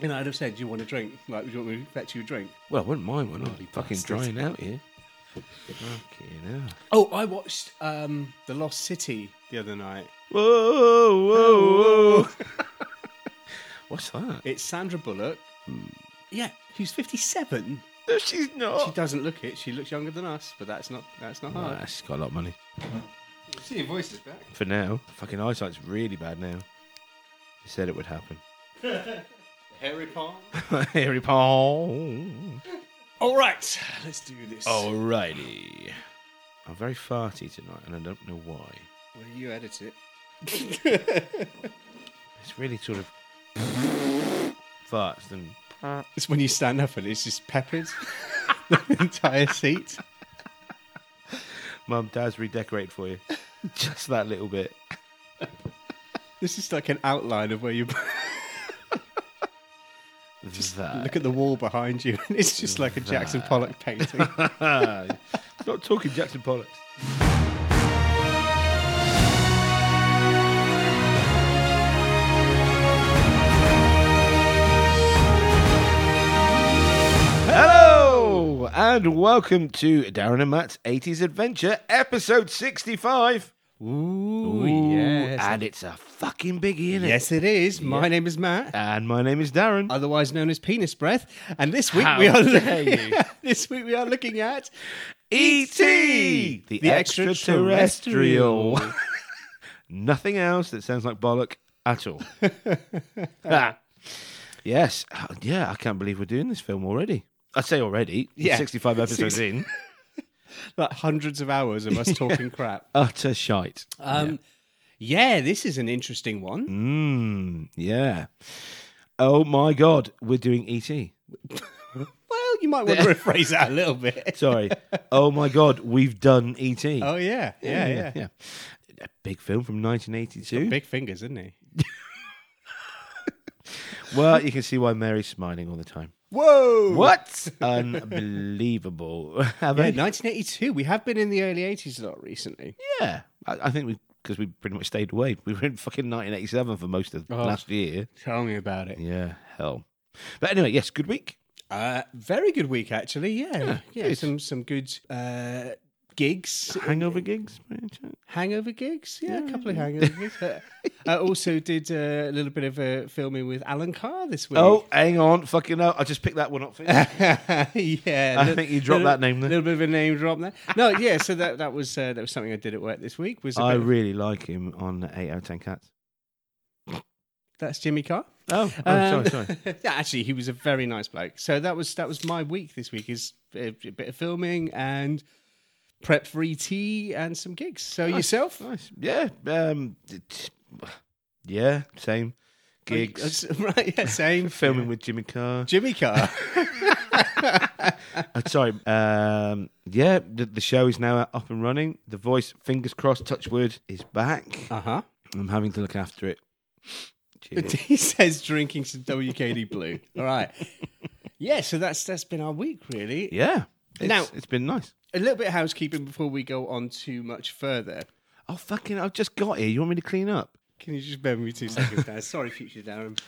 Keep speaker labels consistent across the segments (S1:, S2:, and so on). S1: And I'd have said, "Do you want a drink? Like, do you want me to fetch you a drink?"
S2: Well, I wouldn't mind one. I'm fucking
S1: bastard.
S2: drying out here. Fucking hell.
S1: Oh, I watched um, The Lost City the other night.
S2: Whoa, whoa, whoa. What's that?
S1: It's Sandra Bullock. Yeah, who's fifty-seven.
S2: No, she's
S1: She
S2: not.
S1: doesn't look it. She looks younger than us, but that's not that's not
S2: Nah,
S1: hard.
S2: she's got a lot of money.
S3: See, your voice is back.
S2: For now. Fucking eyesight's really bad now. He said it would happen.
S3: Harry Potter.
S2: Harry Paul.
S1: All right, let's do this.
S2: Alrighty. I'm very farty tonight, and I don't know why.
S1: well, you edit it.
S2: It's really sort of farts and
S1: It's when you stand up and it's just peppered the entire seat.
S2: Mum, Dad's redecorated for you. Just that little bit.
S1: This is like an outline of where you
S2: that.
S1: look at the wall behind you, and it's just like a Jackson Pollock painting.
S2: Not talking Jackson Pollock. Hello and welcome to Darren and Matt's 80s Adventure, episode 65.
S1: Ooh,
S2: And it's a fucking biggie, isn't it?
S1: yes, it is. My name is Matt.
S2: And my name is Darren.
S1: otherwise known as penis breath. And this week
S2: How
S1: we are
S2: dare you.
S1: this week we are looking at
S2: E.T. The,
S1: The
S2: extraterrestrial.
S1: extraterrestrial.
S2: Nothing else that sounds like bollock at all. Ah. yes. Oh, Yeah, I can't believe we're doing this film already. I say already. we're
S1: Yeah.
S2: 65 episodes in.
S1: like hundreds of hours of us talking crap.
S2: Utter shite.
S1: Um, Mm. yeah. this is an interesting one.
S2: Mmm. Yeah. Oh my God. We're doing E E.T.
S1: Well, you might want to rephrase that a little bit.
S2: Sorry. oh my God. We've done E.T.
S1: Oh yeah, yeah, yeah.
S2: yeah. A big film from 1982.
S1: Big fingers, isn't he?
S2: Well, you can see why Mary's smiling all the time.
S1: Whoa!
S2: What? Unbelievable. Have
S1: Yeah,
S2: I-
S1: 1982. We have been in the early 80s a lot recently.
S2: yeah. I, I think we, because we pretty much stayed away. We were in fucking 1987 for most of
S1: Oh.
S2: last year.
S1: Tell me about it.
S2: Yeah, hell. But anyway, yes, good week.
S1: Uh, very good week, actually. Yeah, yeah.
S2: good.
S1: some some good uh, gigs.
S2: Hangover gigs? by any chance?
S1: hangover gigs. Yeah, a couple of hangover gigs. Uh, I also did uh, a little bit of uh, filming with Alan Carr this week.
S2: Oh, hang on. Fucking no. I just picked that one up for you.
S1: yeah,
S2: I
S1: lit-
S2: think you dropped that name there.
S1: Little bit of a name drop there. No, yeah. So that that was uh, that was something I did at work this week. Was a
S2: I
S1: bit of-
S2: really like him on 8 out of 10 Cats.
S1: that's Jimmy Carr.
S2: Oh, oh
S1: Um,
S2: sorry, sorry.
S1: yeah, actually, he was a very nice bloke. So that was that was my week this week. Is a, a bit of filming and prep for ET and some gigs. So yourself.
S2: Nice. Yeah. Um, it- yeah, same. Gigs.
S1: right? Yeah, same.
S2: Filming with Jimmy Carr.
S1: Jimmy Carr.
S2: Uh, sorry. Um, yeah, the, the show is now up and running. The voice, fingers crossed, touch wood, is back.
S1: uh huh.
S2: I'm having to look after it. Cheers.
S1: he says drinking some WKD blue. All right. Yeah, so that's that's been our week really.
S2: Yeah. It's,
S1: Now-
S2: it's been nice.
S1: A little bit of housekeeping before we go on too much further.
S2: Oh, fucking, I've just got here. You want me to clean up?
S1: Can you just bear with me two seconds, Dan? Sorry, future Darren.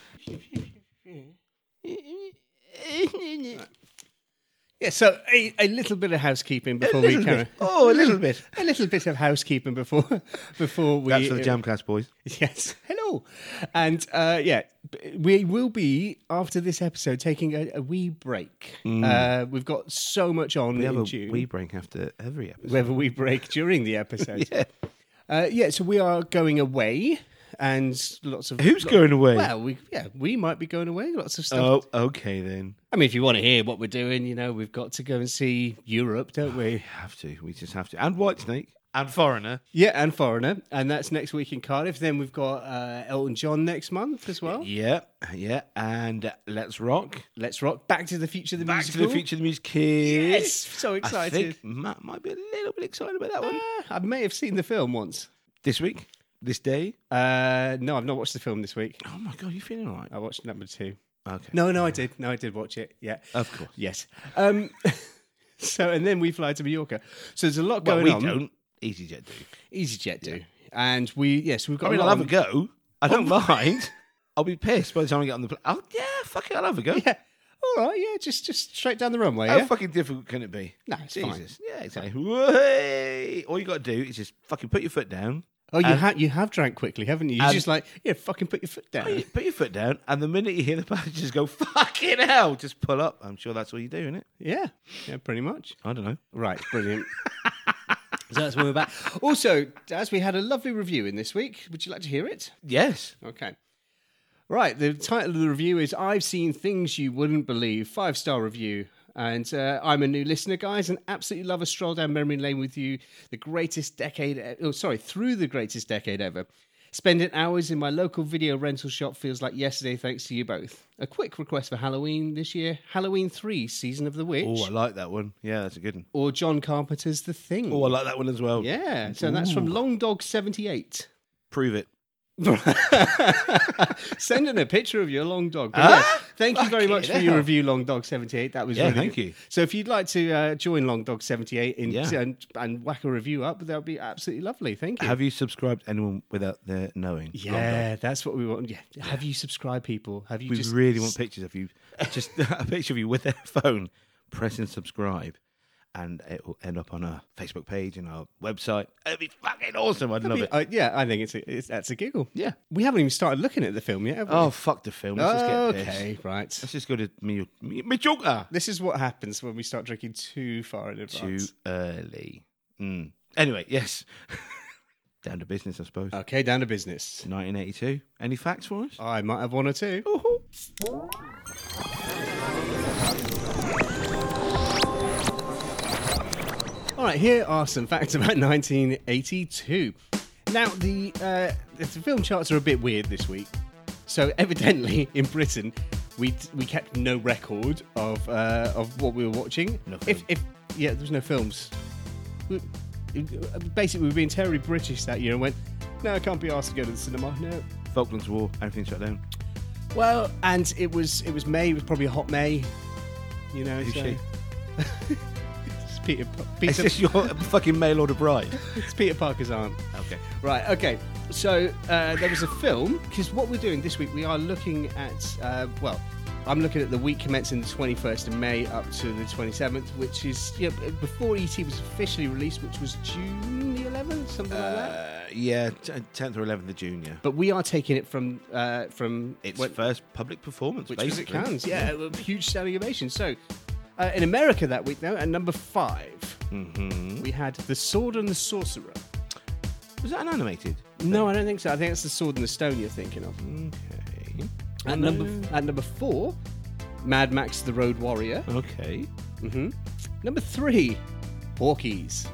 S1: Yeah, so a, a little bit of housekeeping before we carry
S2: Oh, a little bit.
S1: a little bit of housekeeping before before we uh,
S2: That's for the jam class boys.
S1: Yes. Hello. And uh, yeah, b- we will be, after this episode, taking a, a wee break. Uh, we've got so much on
S2: Mm. We have
S1: in
S2: a
S1: June.
S2: wee break after every episode.
S1: We have a wee break during the episode. yeah. Uh, yeah, so we are going away and lots of.
S2: Who's
S1: lo-
S2: going away?
S1: Well, we, yeah, we might be going away. Lots of stuff.
S2: oh, okay then.
S1: I mean, if you want to hear what we're doing, you know, we've got to go and see Europe, don't we?
S2: Have to. We just have to. And Whitesnake. And Foreigner.
S1: Yeah, and Foreigner. And that's next week in Cardiff. Then we've got uh, Elton John next month as well.
S2: Yeah, yeah. And uh, Let's Rock.
S1: Let's rock. Back to the Future, the
S2: Back
S1: musical.
S2: to the Future of the Music Kids.
S1: Yes, so excited.
S2: I think Matt might be a little bit excited about that one.
S1: Ah, I may have seen the film once.
S2: This week, this day.
S1: Uh, no, I've not watched the film this week.
S2: Oh my god, you feeling alright?
S1: I watched number two.
S2: Okay.
S1: Oh. No, no, I did. No, I did watch it. Yeah.
S2: Of course.
S1: Yes. Um, so, and then we fly to Mallorca. So there's a lot
S2: Well,
S1: going
S2: we
S1: on.
S2: don't. EasyJet do.
S1: EasyJet do. And we, yes, we've got
S2: I mean,
S1: a
S2: I'll
S1: lot
S2: have a
S1: on.
S2: go. I don't mind. I'll be pissed by the time I get on the plane. Oh yeah, fuck it, I'll have a go.
S1: Yeah. All right. Yeah. Just just straight down the runway.
S2: How
S1: Yeah.
S2: fucking difficult can it be?
S1: No, it's fine.
S2: Jesus. Yeah, exactly. Whey! All you got to do is just fucking put your foot down.
S1: Oh, you
S2: And-
S1: have you have drank quickly, haven't you? You're
S2: and-
S1: just like yeah, fucking put your foot down.
S2: Put your- Put your foot down, and the minute you hear the passengers go, fucking hell, just pull up. I'm sure that's all you do, innit?
S1: Yeah. Yeah. Pretty much.
S2: I don't know.
S1: Right, brilliant. so that's when we're back. Also, as we had a lovely review in this week, would you like to hear it?
S2: Yes.
S1: Okay. Right, the title of the review is I've Seen Things You Wouldn't Believe, five star review. And uh, I'm a new listener, guys, and absolutely love a stroll down memory lane with you. The greatest decade, e- oh, sorry, through the greatest decade ever. Spending hours in my local video rental shop feels like yesterday, thanks to you both. A quick request for Halloween this year Halloween 3, Season of the Witch,
S2: Oh, I like that one. Yeah, that's a good one.
S1: or John Carpenter's The Thing.
S2: Oh, I like that one as well.
S1: Yeah, so that's from Long Dog 78.
S2: Prove it.
S1: Send in a picture of your long dog. But
S2: Huh?
S1: yeah, thank you very
S2: Fucking
S1: much for
S2: hell.
S1: your review, Long Dog 78. That was
S2: Yeah,
S1: really
S2: thank
S1: good.
S2: you.
S1: So if you'd like to uh, join Long Dog 78 in,
S2: Yeah.
S1: and, and whack a review up, that would be absolutely lovely. Thank you.
S2: Have you subscribed anyone without their knowing?
S1: yeah, that's what we want. Yeah. Have you subscribed, people? Have you
S2: We
S1: just
S2: really want pictures of you. Just a picture of you with their phone, pressing subscribe, and it will end up on our Facebook page and our website. It'd be fucking awesome. I'd love it.
S1: Uh, yeah, I think it's, a, it's that's a giggle.
S2: Yeah.
S1: we haven't even started looking at the film yet. Have we?
S2: Oh, fuck the film. Let's just get pissed.
S1: okay, right.
S2: Let's just go to me, me, me joker.
S1: This is what happens when we start drinking too far in
S2: Too
S1: advance.
S2: early. Mm. Anyway, yes. Down to business, I suppose.
S1: Okay, down to business.
S2: 1982. Any facts for us?
S1: I might have one or two.
S2: Oh,
S1: All right, here are some facts about 1982. Now, the, uh, the film charts are a bit weird this week. So, evidently, in Britain, we we kept no record of uh, of what we were watching.
S2: No
S1: if,
S2: film.
S1: if yeah, there was no films. We, basically, we were being terribly British that year and went, no, I can't be asked to go to the cinema. No,
S2: Falklands War. Everything shut down.
S1: well, and it was it was May. It was probably a hot May. You know,
S2: Who's
S1: so-
S2: she?
S1: It's Peter.
S2: Is
S1: Peter
S2: this your fucking mail order bride?
S1: it's Peter Parker's aunt.
S2: Okay.
S1: Right. Okay. So uh, there was a film because what we're doing this week, we are looking at. Uh, well, I'm looking at the week commencing the 21st of May up to the 27th, which is yeah, before ET was officially released, which was June the 11th, something like that.
S2: Uh, yeah, t- 10th or 11th of June, yeah.
S1: But we are taking it from uh, from
S2: Its
S1: when-
S2: first public performance,
S1: which was at
S2: basically.
S1: Cannes. Yeah, a huge standing ovation. So, uh, in America that week, though, at number 5
S2: Mm-hmm.
S1: we had The Sword and the Sorcerer.
S2: Was that an animated?
S1: No, I don't think so. I think it's The Sword and the Stone you're thinking of.
S2: Okay.
S1: At
S2: no.
S1: number at number four, Mad Max: The Road Warrior.
S2: Oh. Okay.
S1: hmm Number three, Porky's.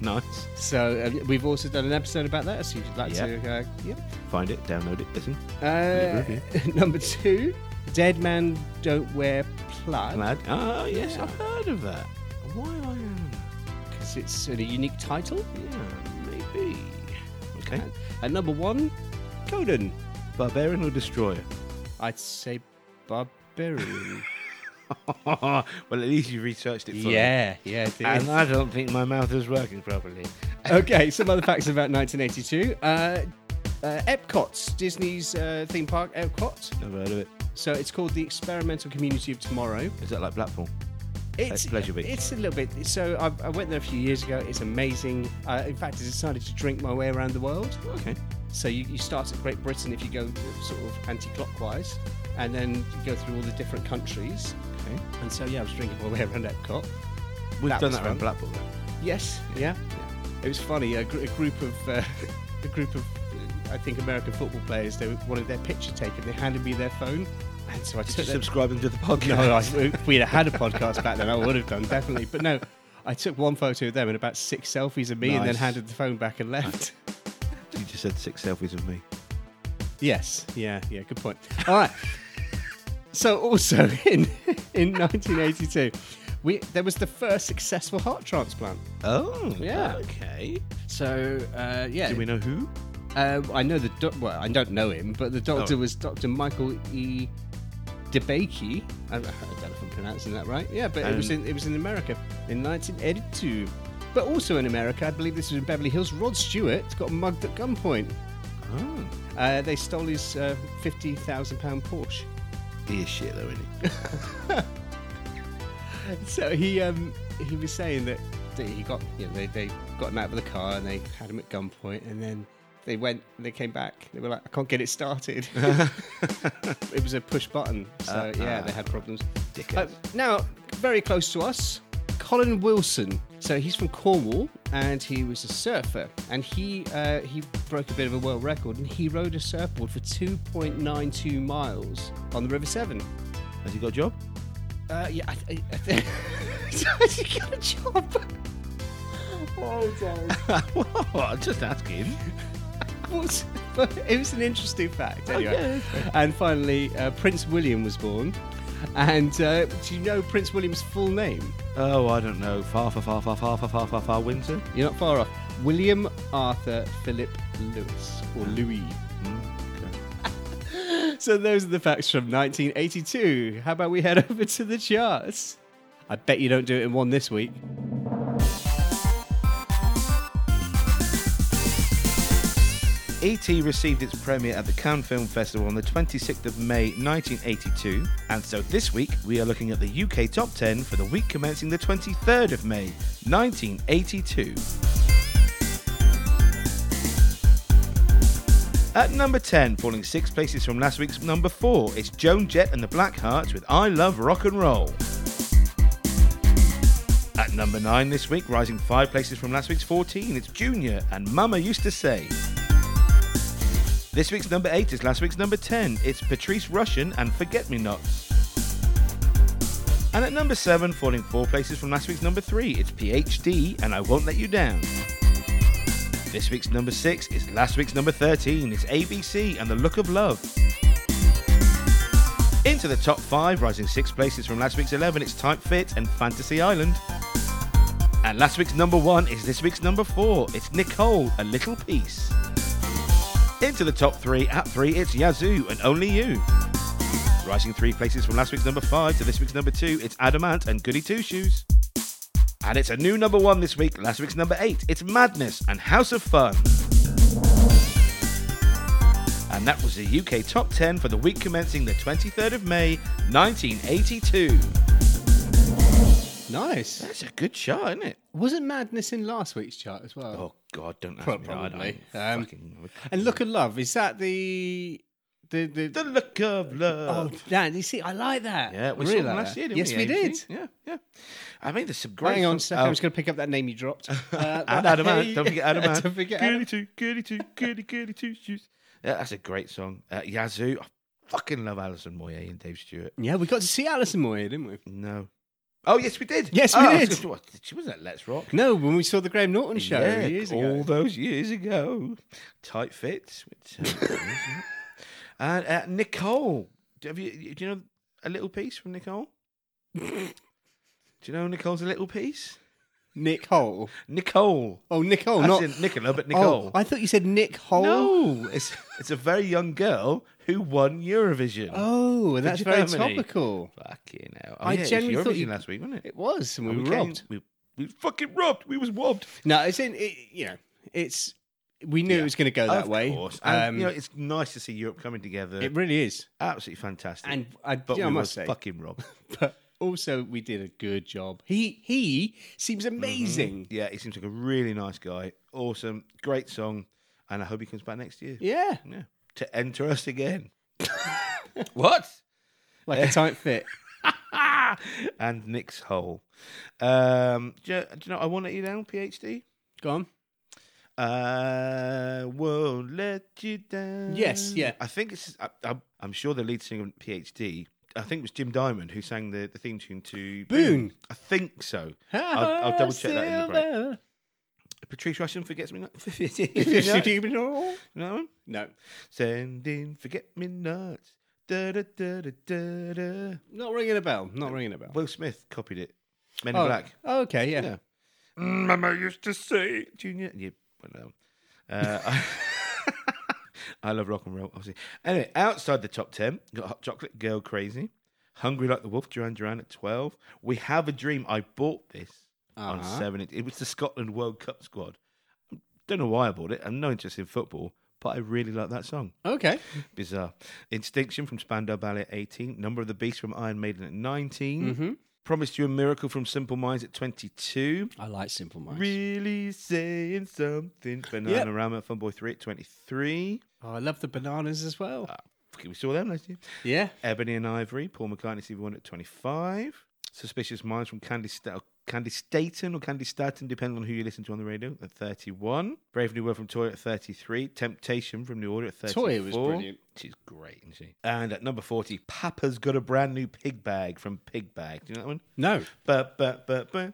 S2: Nice.
S1: So uh, we've also done an episode about that. So if you'd like to, uh, yeah.
S2: Find it, download it, listen.
S1: Uh, number two, Dead Man Don't Wear Plaid.
S2: Glad. Oh, yes, I've heard of that. Why am I heard of
S1: 'cause it's a unique title.
S2: that? Yeah, maybe. Okay.
S1: And at number one, Conan.
S2: Barbarian or Destroyer?
S1: I'd say barbarian.
S2: well, at least you researched it fully.
S1: yeah. it is.
S2: And I don't think my mouth is working properly.
S1: okay, some other facts about 1982. Uh, uh, Epcot's Disney's uh, theme park, Epcot.
S2: Never heard of it.
S1: So it's called the Experimental Community of Tomorrow.
S2: Is that like Blackpool?
S1: It's
S2: Pleasure Beach.
S1: It's a little bit. So I, I went there a few years ago. It's amazing. Uh, in fact, I decided to drink my way around the world.
S2: Okay.
S1: So you, you start at Great Britain if you go sort of anti-clockwise, and then you go through all the different countries.
S2: Okay.
S1: And so yeah, I was drinking my way around Epcot.
S2: We've
S1: That
S2: done
S1: was
S2: that
S1: fun.
S2: around Blackpool, though.
S1: Yes, yeah. It was funny. A, gr- a group of uh, a group of uh, I think American football players they wanted their picture taken. They handed me their phone, and so I
S2: Did
S1: took
S2: you
S1: their
S2: subscribe them to the
S1: no,
S2: podcast?
S1: Oh, I, if we'd had a podcast back then, I would have done definitely. But no, I took one photo of them and about six selfies of me, and then
S2: Nice.
S1: handed the phone back and left.
S2: You just said six selfies of me.
S1: Yes. Yeah. Yeah. Good point. All right. So also in in 1982, we there was the first successful heart transplant.
S2: Oh,
S1: Yeah.
S2: Okay.
S1: So uh, yeah,
S2: Do we know who?
S1: Uh, I know the doc- well, I don't know him, but the doctor
S2: Oh.
S1: was Dr. Michael E. DeBakey. I, I don't know if I'm pronouncing that right. Yeah, but it was
S2: And-
S1: in it was in America in 1982. But also in America, I believe this was in Beverly Hills. Rod Stewart got mugged at gunpoint.
S2: Oh.
S1: Uh, they stole his uh, fifty thousand pound Porsche.
S2: He is shit though, isn't he?
S1: So he um, he was saying that, that he got you know, they, they got him out of the car and they had him at gunpoint and then they went and they came back they were like I can't get it started. it was a push button, so yeah, they had problems. Uh,
S2: Dickhead.
S1: now very close to us, Colin Wilson. So he's from Cornwall and he was a surfer and he uh, he broke a bit of a world record and he rode a surfboard for 2.92 miles on the River Severn.
S2: Has he got a job?
S1: Uh, yeah, I, I, I think. Has he got a job? Oh, James.
S2: what? Oh, Just asking.
S1: What? But it was an interesting fact, anyway. And finally, uh, Prince William was born. And uh, do you know Prince William's full name?
S2: Oh, I don't know. Far, far, far, far, far, far, far, far, far. Winter.
S1: You're not far off. William Arthur Philip Lewis, or Louis. So those are the facts from 1982. How about we head over to the charts? I bet you don't do it in one this week.
S2: E.T. E received its premiere at the Cannes Film Festival on the 26th of May 1982, and so this week we are looking at the UK Top 10 for the week commencing the 23rd of May 1982. At number 10, falling six places from last week's number 4, it's Joan Jett and the Black Hearts with I Love Rock and Roll. At number 9 this week, rising five places from last week's 14, it's Junior and Mama Used to Say. This week's number 8 is last week's number 10. It's Patrice Russian and Forget Me Nots. And at number 7, falling 4 places from last week's number 3, it's PhD and I Won't Let You Down. This week's number 6 is last week's number 13. It's ABC and The Look of Love. Into the top 5, rising 6 places from last week's 11, it's Type Fit and Fantasy Island. And last week's number 1 is this week's number 4. It's Nicole, A Little Piece. Into the top three at three, it's Yazoo and Only You. Rising three places from last week's number five to this week's number two, it's Adamant and Goody Two Shoes. And it's a new number one this week, last week's number eight, it's Madness and House of Fun. And that was the UK top 10 for the week commencing the 23rd of May 1982.
S1: Nice.
S2: That's a good shot, isn't it?
S1: Wasn't Madness in last week's chart as well?
S2: Oh, God, don't ask me. I- I
S1: Probably. Um,
S2: fucking-
S1: And Look of Love, is that the. The, the,
S2: The look of love.
S1: Oh, Dan, you see, I like that.
S2: Yeah, we
S1: I really
S2: saw them
S1: like
S2: last
S1: that.
S2: year, didn't
S1: yes,
S2: we?
S1: we
S2: AG?
S1: did.
S2: Yeah, yeah. I mean, there's some great.
S1: Hang on a
S2: songs.
S1: second,
S2: Oh,
S1: I'm just going to pick up that name you dropped. Uh,
S2: and
S1: that-
S2: Adamant. Don't forget Adamant.
S1: Don't forget
S2: Goody
S1: Adam.
S2: two, goody two, goody, goody two shoes. Yeah, that's a great song. Uh, Yazoo. I fucking love Alison Moyer and Dave Stewart.
S1: Yeah, we got to see Alison Moyer, didn't we?
S2: No. Oh, yes, we did.
S1: Yes,
S2: Oh,
S1: we
S2: I was
S1: did.
S2: gonna- what, she was at Let's Rock.
S1: No, when we saw the Graham Norton show
S2: Yeah,
S1: years ago.
S2: all those years ago. Tight fits. Which, uh, and uh, Nicole. Do, have you, do you know a little piece from Nicole? do you know Nicole's a little piece?
S1: Nick Hole.
S2: Nicole.
S1: Oh, Nicole,
S2: That's
S1: not
S2: in Nicola, but
S1: Oh,
S2: Nicole.
S1: I thought you said Nick Hole.
S2: no, it's it's a very young girl who won Eurovision.
S1: Oh, and that's very
S2: Germany.
S1: topical.
S2: Fucking hell!
S1: I
S2: I yeah,
S1: genuinely
S2: it was
S1: thought
S2: Eurovision
S1: you-
S2: last week, wasn't it?
S1: It was, and we,
S2: And
S1: were
S2: came-
S1: robbed.
S2: We, we was fucking robbed. We was robbed.
S1: No, it's in. It, you know, it's. We knew it was going to go that
S2: of
S1: way.
S2: course. And,
S1: Um,
S2: you know, it's nice to see Europe coming together.
S1: it really is.
S2: Absolutely fantastic.
S1: And I,
S2: but
S1: you know, I
S2: we
S1: must
S2: was
S1: say,
S2: fucking robbed.
S1: but also we did a good job. He he seems amazing.
S2: yeah, he seems like a really nice guy. Awesome, great song, and I hope he comes back next year.
S1: Yeah,
S2: Yeah. to enter us again. what?
S1: like a tight fit.
S2: and Nick's hole. Um, do, you, do you know? I want to you down, PhD.
S1: Go on.
S2: I Uh, won't let you down.
S1: Yes, yeah.
S2: I think it's. I, I'm, I'm sure the lead singer of PhD. I think it was Jim Diamond who sang the, the theme tune to
S1: Boone.
S2: I think so. I'll, I'll double check that in the break.
S1: Silver.
S2: Patrice Russian forgets me not. you
S1: No.
S2: know that one? Sending forget me nots. Da, da, da, da, da, da.
S1: not ringing a bell. Not ringing a bell.
S2: Will Smith copied it. Men in
S1: Oh,
S2: Black.
S1: Okay, yeah.
S2: Yeah. Mama used to say, Junior. Yeah, well, no. Uh, I, I love rock and roll, obviously. Anyway, outside the top 10, got Hot Chocolate Girl Crazy, Hungry Like the Wolf, Duran Duran at 12. We Have a Dream. I bought this on
S1: Uh-huh.
S2: 7. It, it was the Scotland World Cup squad. Don't know why I bought it. I'm no interest in football, but I really like that song.
S1: Okay.
S2: Bizarre. Instinction from Spandau Ballet at 18. Number of the Beast from Iron Maiden at 19. Promised You a Miracle from Simple Minds at 22.
S1: I like Simple Minds.
S2: Really saying something. Banana Rama Funboy 3 at 23.
S1: Oh, I love the bananas as well.
S2: Uh, Okay, Ah, We saw them last year.
S1: yeah.
S2: Ebony and Ivory, Paul McCartney, Stevie Wonder at 25. Suspicious Minds from Candy, Sta- Candy Staten or Candy Staten, depending on who you listen to on the radio, at 31. Brave New World from Toy at 33. Temptation from New Order at 34.
S1: Toy was brilliant.
S2: She's great, isn't she? And at number 40, Papa's Got a Brand New Pig Bag from Pig Bag. Do you know that one?
S1: No.
S2: Ba, ba, ba, ba.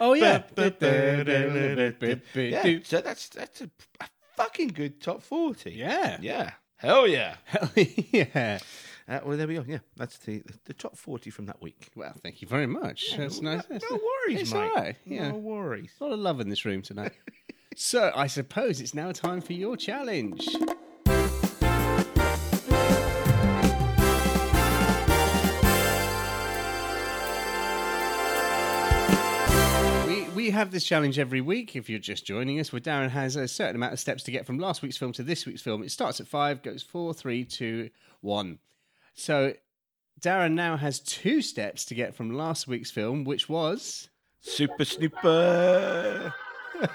S1: Oh yeah.
S2: Yeah, so that's that's a, a fucking good top forty.
S1: Yeah.
S2: yeah, hell yeah.
S1: Hell yeah.
S2: Uh, well, there we go. Yeah, that's the the top forty from that week.
S1: Well, thank you very much. That's nice.
S2: No,
S1: That's
S2: no
S1: nice.
S2: worries,
S1: It's
S2: mate.
S1: all right, yeah.
S2: No worries.
S1: A lot of love in this room tonight. so I suppose it's now time for your challenge. We we have this challenge every week. If you're just joining us, where Darren has a certain amount of steps to get from last week's film to this week's film. It starts at five, goes four, three, two, one. So Darren now has two steps to get from last week's film, which was
S2: Super Snooper.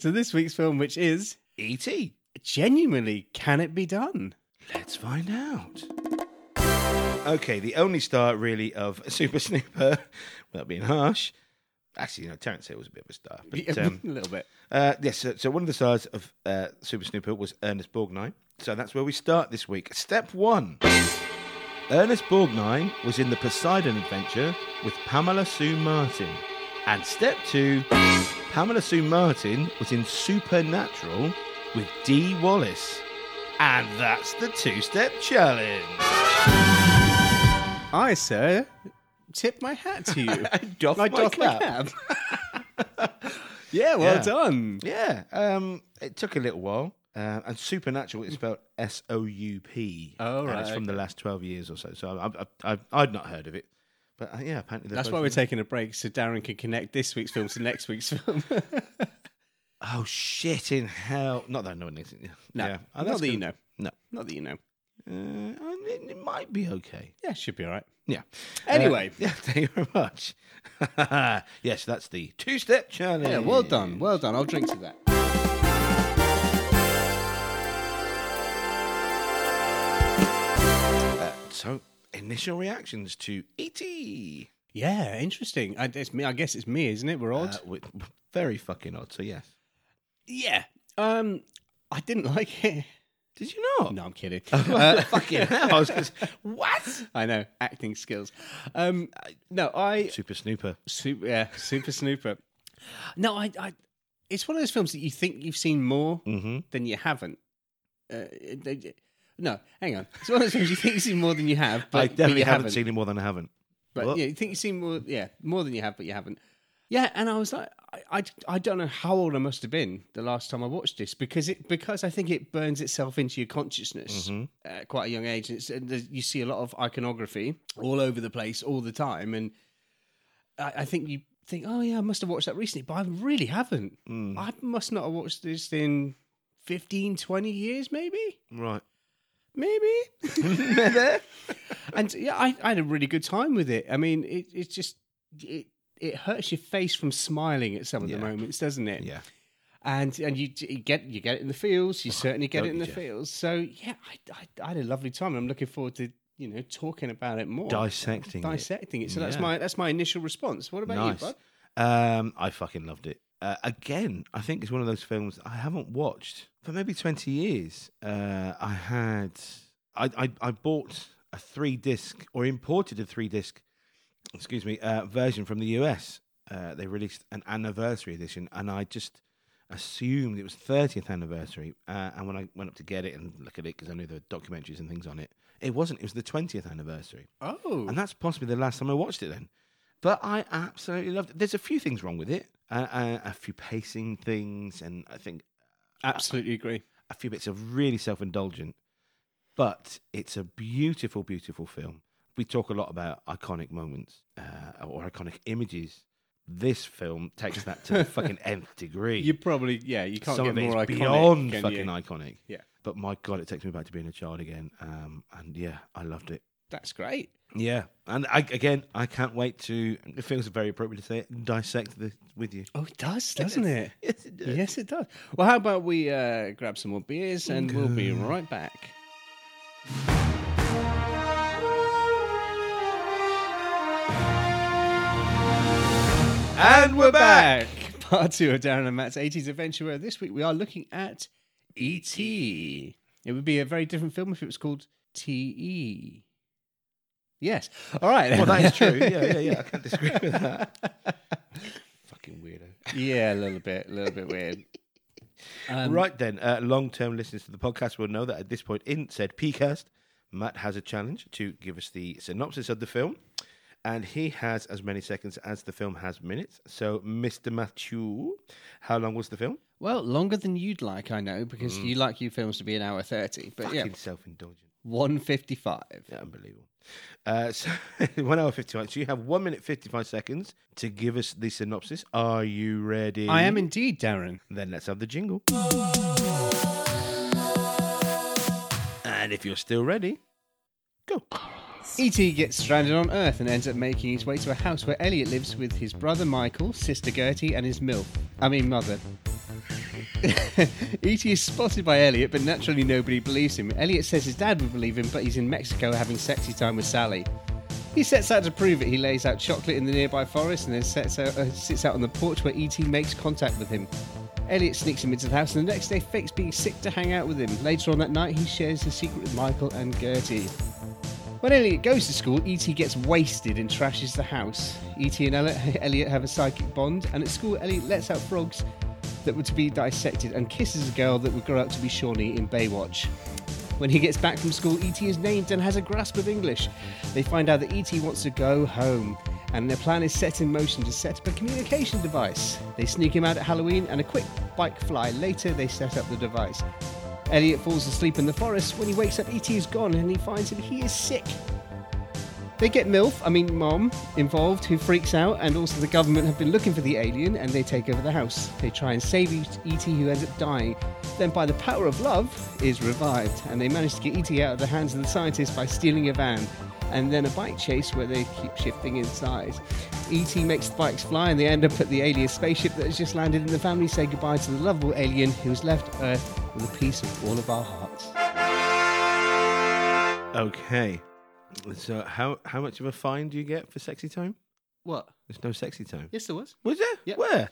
S1: to this week's film, which is
S2: E.T.
S1: genuinely can it be done?
S2: Let's find out. Okay, the only star really of Super Snooper, without being harsh. Actually, you know, Terrence Hill was a bit of a star. But, um,
S1: a little bit.
S2: Uh, yes, so, so one of the stars of uh, Super Snooper was Ernest Borgnine. So that's where we start this week. Step one Ernest Borgnine was in the Poseidon adventure with Pamela Sue Martin. And step two Pamela Sue Martin was in Supernatural with Dee Wallace. And that's the two step challenge.
S1: I, sir, tip my hat to you.
S2: doff
S1: I
S2: my
S1: doff my
S2: cap.
S1: cap. yeah, well
S2: Yeah.
S1: done.
S2: Yeah, um, it took a little while. Uh, and supernatural is spelled S O U P.
S1: Oh,
S2: And it's
S1: right,
S2: from the last twelve years or so. So I, I, I, I'd not heard of it, but uh, yeah, apparently they're
S1: That's
S2: both
S1: why we're
S2: in-
S1: taking a break so Darren can connect this week's film to next week's film.
S2: Oh shit in hell! Not that no one needs it. Yeah.
S1: No,
S2: yeah. Oh,
S1: not
S2: that's
S1: that you
S2: gonna-
S1: know.
S2: No,
S1: Not that you know.
S2: uh, I mean, it might be okay.
S1: Yeah, should be all right.
S2: Yeah.
S1: Anyway.
S2: Uh, yeah. Thank you very much. yes, that's the two-step challenge.
S1: Yeah, well done. Well done. I'll drink to that.
S2: Uh, so, initial reactions to E E.T.
S1: Yeah, interesting. I, it's me. I guess it's me, isn't it? We're odd.
S2: Uh, wi- very fucking odd. So yes.
S1: yeah. Um, I didn't like it.
S2: Did you not?
S1: No, I'm kidding.
S2: Uh, fucking hell. I was gonna say, what?
S1: I know acting skills. Um, no, I
S2: Super Snooper.
S1: super, yeah, super snooper. No, I, I. It's one of those films that you think you've seen more
S2: Mm-hmm.
S1: than you haven't. Uh, it- it- no, hang on. It's one of those films you think you've seen more than you have, but
S2: I
S1: but
S2: definitely
S1: you
S2: haven't, seen it more than I haven't.
S1: But
S2: What?
S1: yeah, you think you've seen more, yeah, more than you have, but you haven't. Yeah, and I was like, I, I, I don't know how old I must have been the last time I watched this because it because I think it burns itself into your consciousness at quite a young age, and, it's, and there's- you see a lot of iconography all over the place all the time, and I, I think you think, oh yeah, I must have watched that recently, but I really haven't. I must not have watched this in 15, 20 years, maybe,
S2: Right.
S1: maybe and yeah, I, I had a really good time with it. I mean, it, it's just it it hurts your face from smiling at some of
S2: Yeah.
S1: the moments, doesn't it?
S2: Yeah.
S1: And and you, you get you get it in the fields. You certainly get
S2: Oh, don't
S1: it in
S2: you
S1: the
S2: just?
S1: fields. So yeah, I, I, I had a lovely time. I'm looking forward to you know talking about it more,
S2: Dissecting. it.
S1: dissecting it. So that's
S2: Yeah.
S1: my that's my initial response. What about
S2: Nice.
S1: you, bud?
S2: Um, I fucking loved it. Uh, again, I think it's one of those films I haven't watched for maybe 20 years. Uh, I had, I, I, I bought a three disc or imported a three disc, excuse me, uh, version from the US. Uh, they released an anniversary edition, and I just assumed it was 30th anniversary. Uh, and when I went up to get it and look at it, because I knew there were documentaries and things on it, it wasn't. It was the 20th anniversary.
S1: Oh,
S2: And that's possibly the last time I watched it then. But I absolutely loved it. There's a few things wrong with it, uh, uh, a few pacing things, and I think
S1: absolutely agree.
S2: a few bits of really self indulgent. But it's a beautiful, beautiful film. We talk a lot about iconic moments uh, or iconic images. This film takes that to a fucking nth degree.
S1: You probably, yeah, you can't
S2: Some
S1: get
S2: of it is
S1: more iconic.
S2: beyond
S1: can
S2: fucking
S1: you?
S2: iconic.
S1: Yeah.
S2: But my god, it takes me back to being a child again. Um, and yeah, I loved it.
S1: That's great.
S2: Yeah, and I, again, I can't wait to. It feels very appropriate to say it. Dissect this with you.
S1: Oh, it does, doesn't it?
S2: Yes, it does.
S1: Yes, it does. Well, how about we uh, grab some more beers and we'll be right back.
S2: And we're back.
S1: Part two of Darren and Matt's 80s adventure. Where this week we are looking at E.T. It would be a very different film if it was called T.E. Yes. All right.
S2: Well, that is true. Yeah, yeah, yeah. I can't disagree with that. Fucking weirdo.
S1: yeah, a little bit, a little bit weird. Um,
S2: right then, uh, long-term listeners to the podcast will know that at this point in said PCast, Matt has a challenge to give us the synopsis of the film, and he has as many seconds as the film has minutes. So, Mr. Mathieu, how long was the film?
S1: Well, longer than you'd like, I know, because you like your films to be an hour 30. But yeah,
S2: Mm. Fucking self-indulgent.
S1: 155.
S2: Yeah, unbelievable. Uh, so, one hour fifty-one. So you have one minute fifty-five seconds to give us the synopsis. Are you ready?
S1: I am indeed, Darren.
S2: Then let's have the jingle. And if you're still ready, go.
S1: E.T. E gets stranded on Earth and ends up making his way to a house where Elliot lives with his brother Michael, sister Gertie, and his milf. I mean, mother. E.T. is spotted by Elliot, but naturally nobody believes him. Elliot says his dad would believe him, but he's in Mexico having sexy time with Sally. He sets out to prove it. He lays out chocolate in the nearby forest and then sets out, uh, sits out on the porch where E.T. makes contact with him. Elliot sneaks him into the house and the next day fakes being sick to hang out with him. Later on that night, he shares his secret with Michael and Gertie. When Elliot goes to school, E.T. gets wasted and trashes the house. E.T. and Elliot- Elliot have a psychic bond, and at school, Elliot lets out frogs that were to be dissected and kisses a girl that would grow up to be Shawnee in Baywatch. When he gets back from school, E.T. is named and has a grasp of English. They find out that E.T. wants to go home, and their plan is set in motion to set up a communication device. They sneak him out at Halloween, and a quick bike fly later, they set up the device. Elliot falls asleep in the forest. When he wakes up, E.T. is gone and he finds that he is sick. They get MILF, I mean Mom, involved, who freaks out, and also the government have been looking for the alien and they take over the house. They try and save E E.T., who ends up dying. Then, by the power of love, is revived, and they manage to get E.T. out of the hands of the scientists by stealing a van and then a bike chase where they keep shifting in size. E.T. makes the bikes fly and they end up at the alien spaceship that has just landed, and the family say goodbye to the lovable alien who has left Earth with a piece of all of our hearts.
S2: Okay. So how how much of a fine do you get for sexy time?
S1: What?
S2: There's no sexy time.
S1: Yes, there was.
S2: Was there?
S1: Yep.
S2: Where?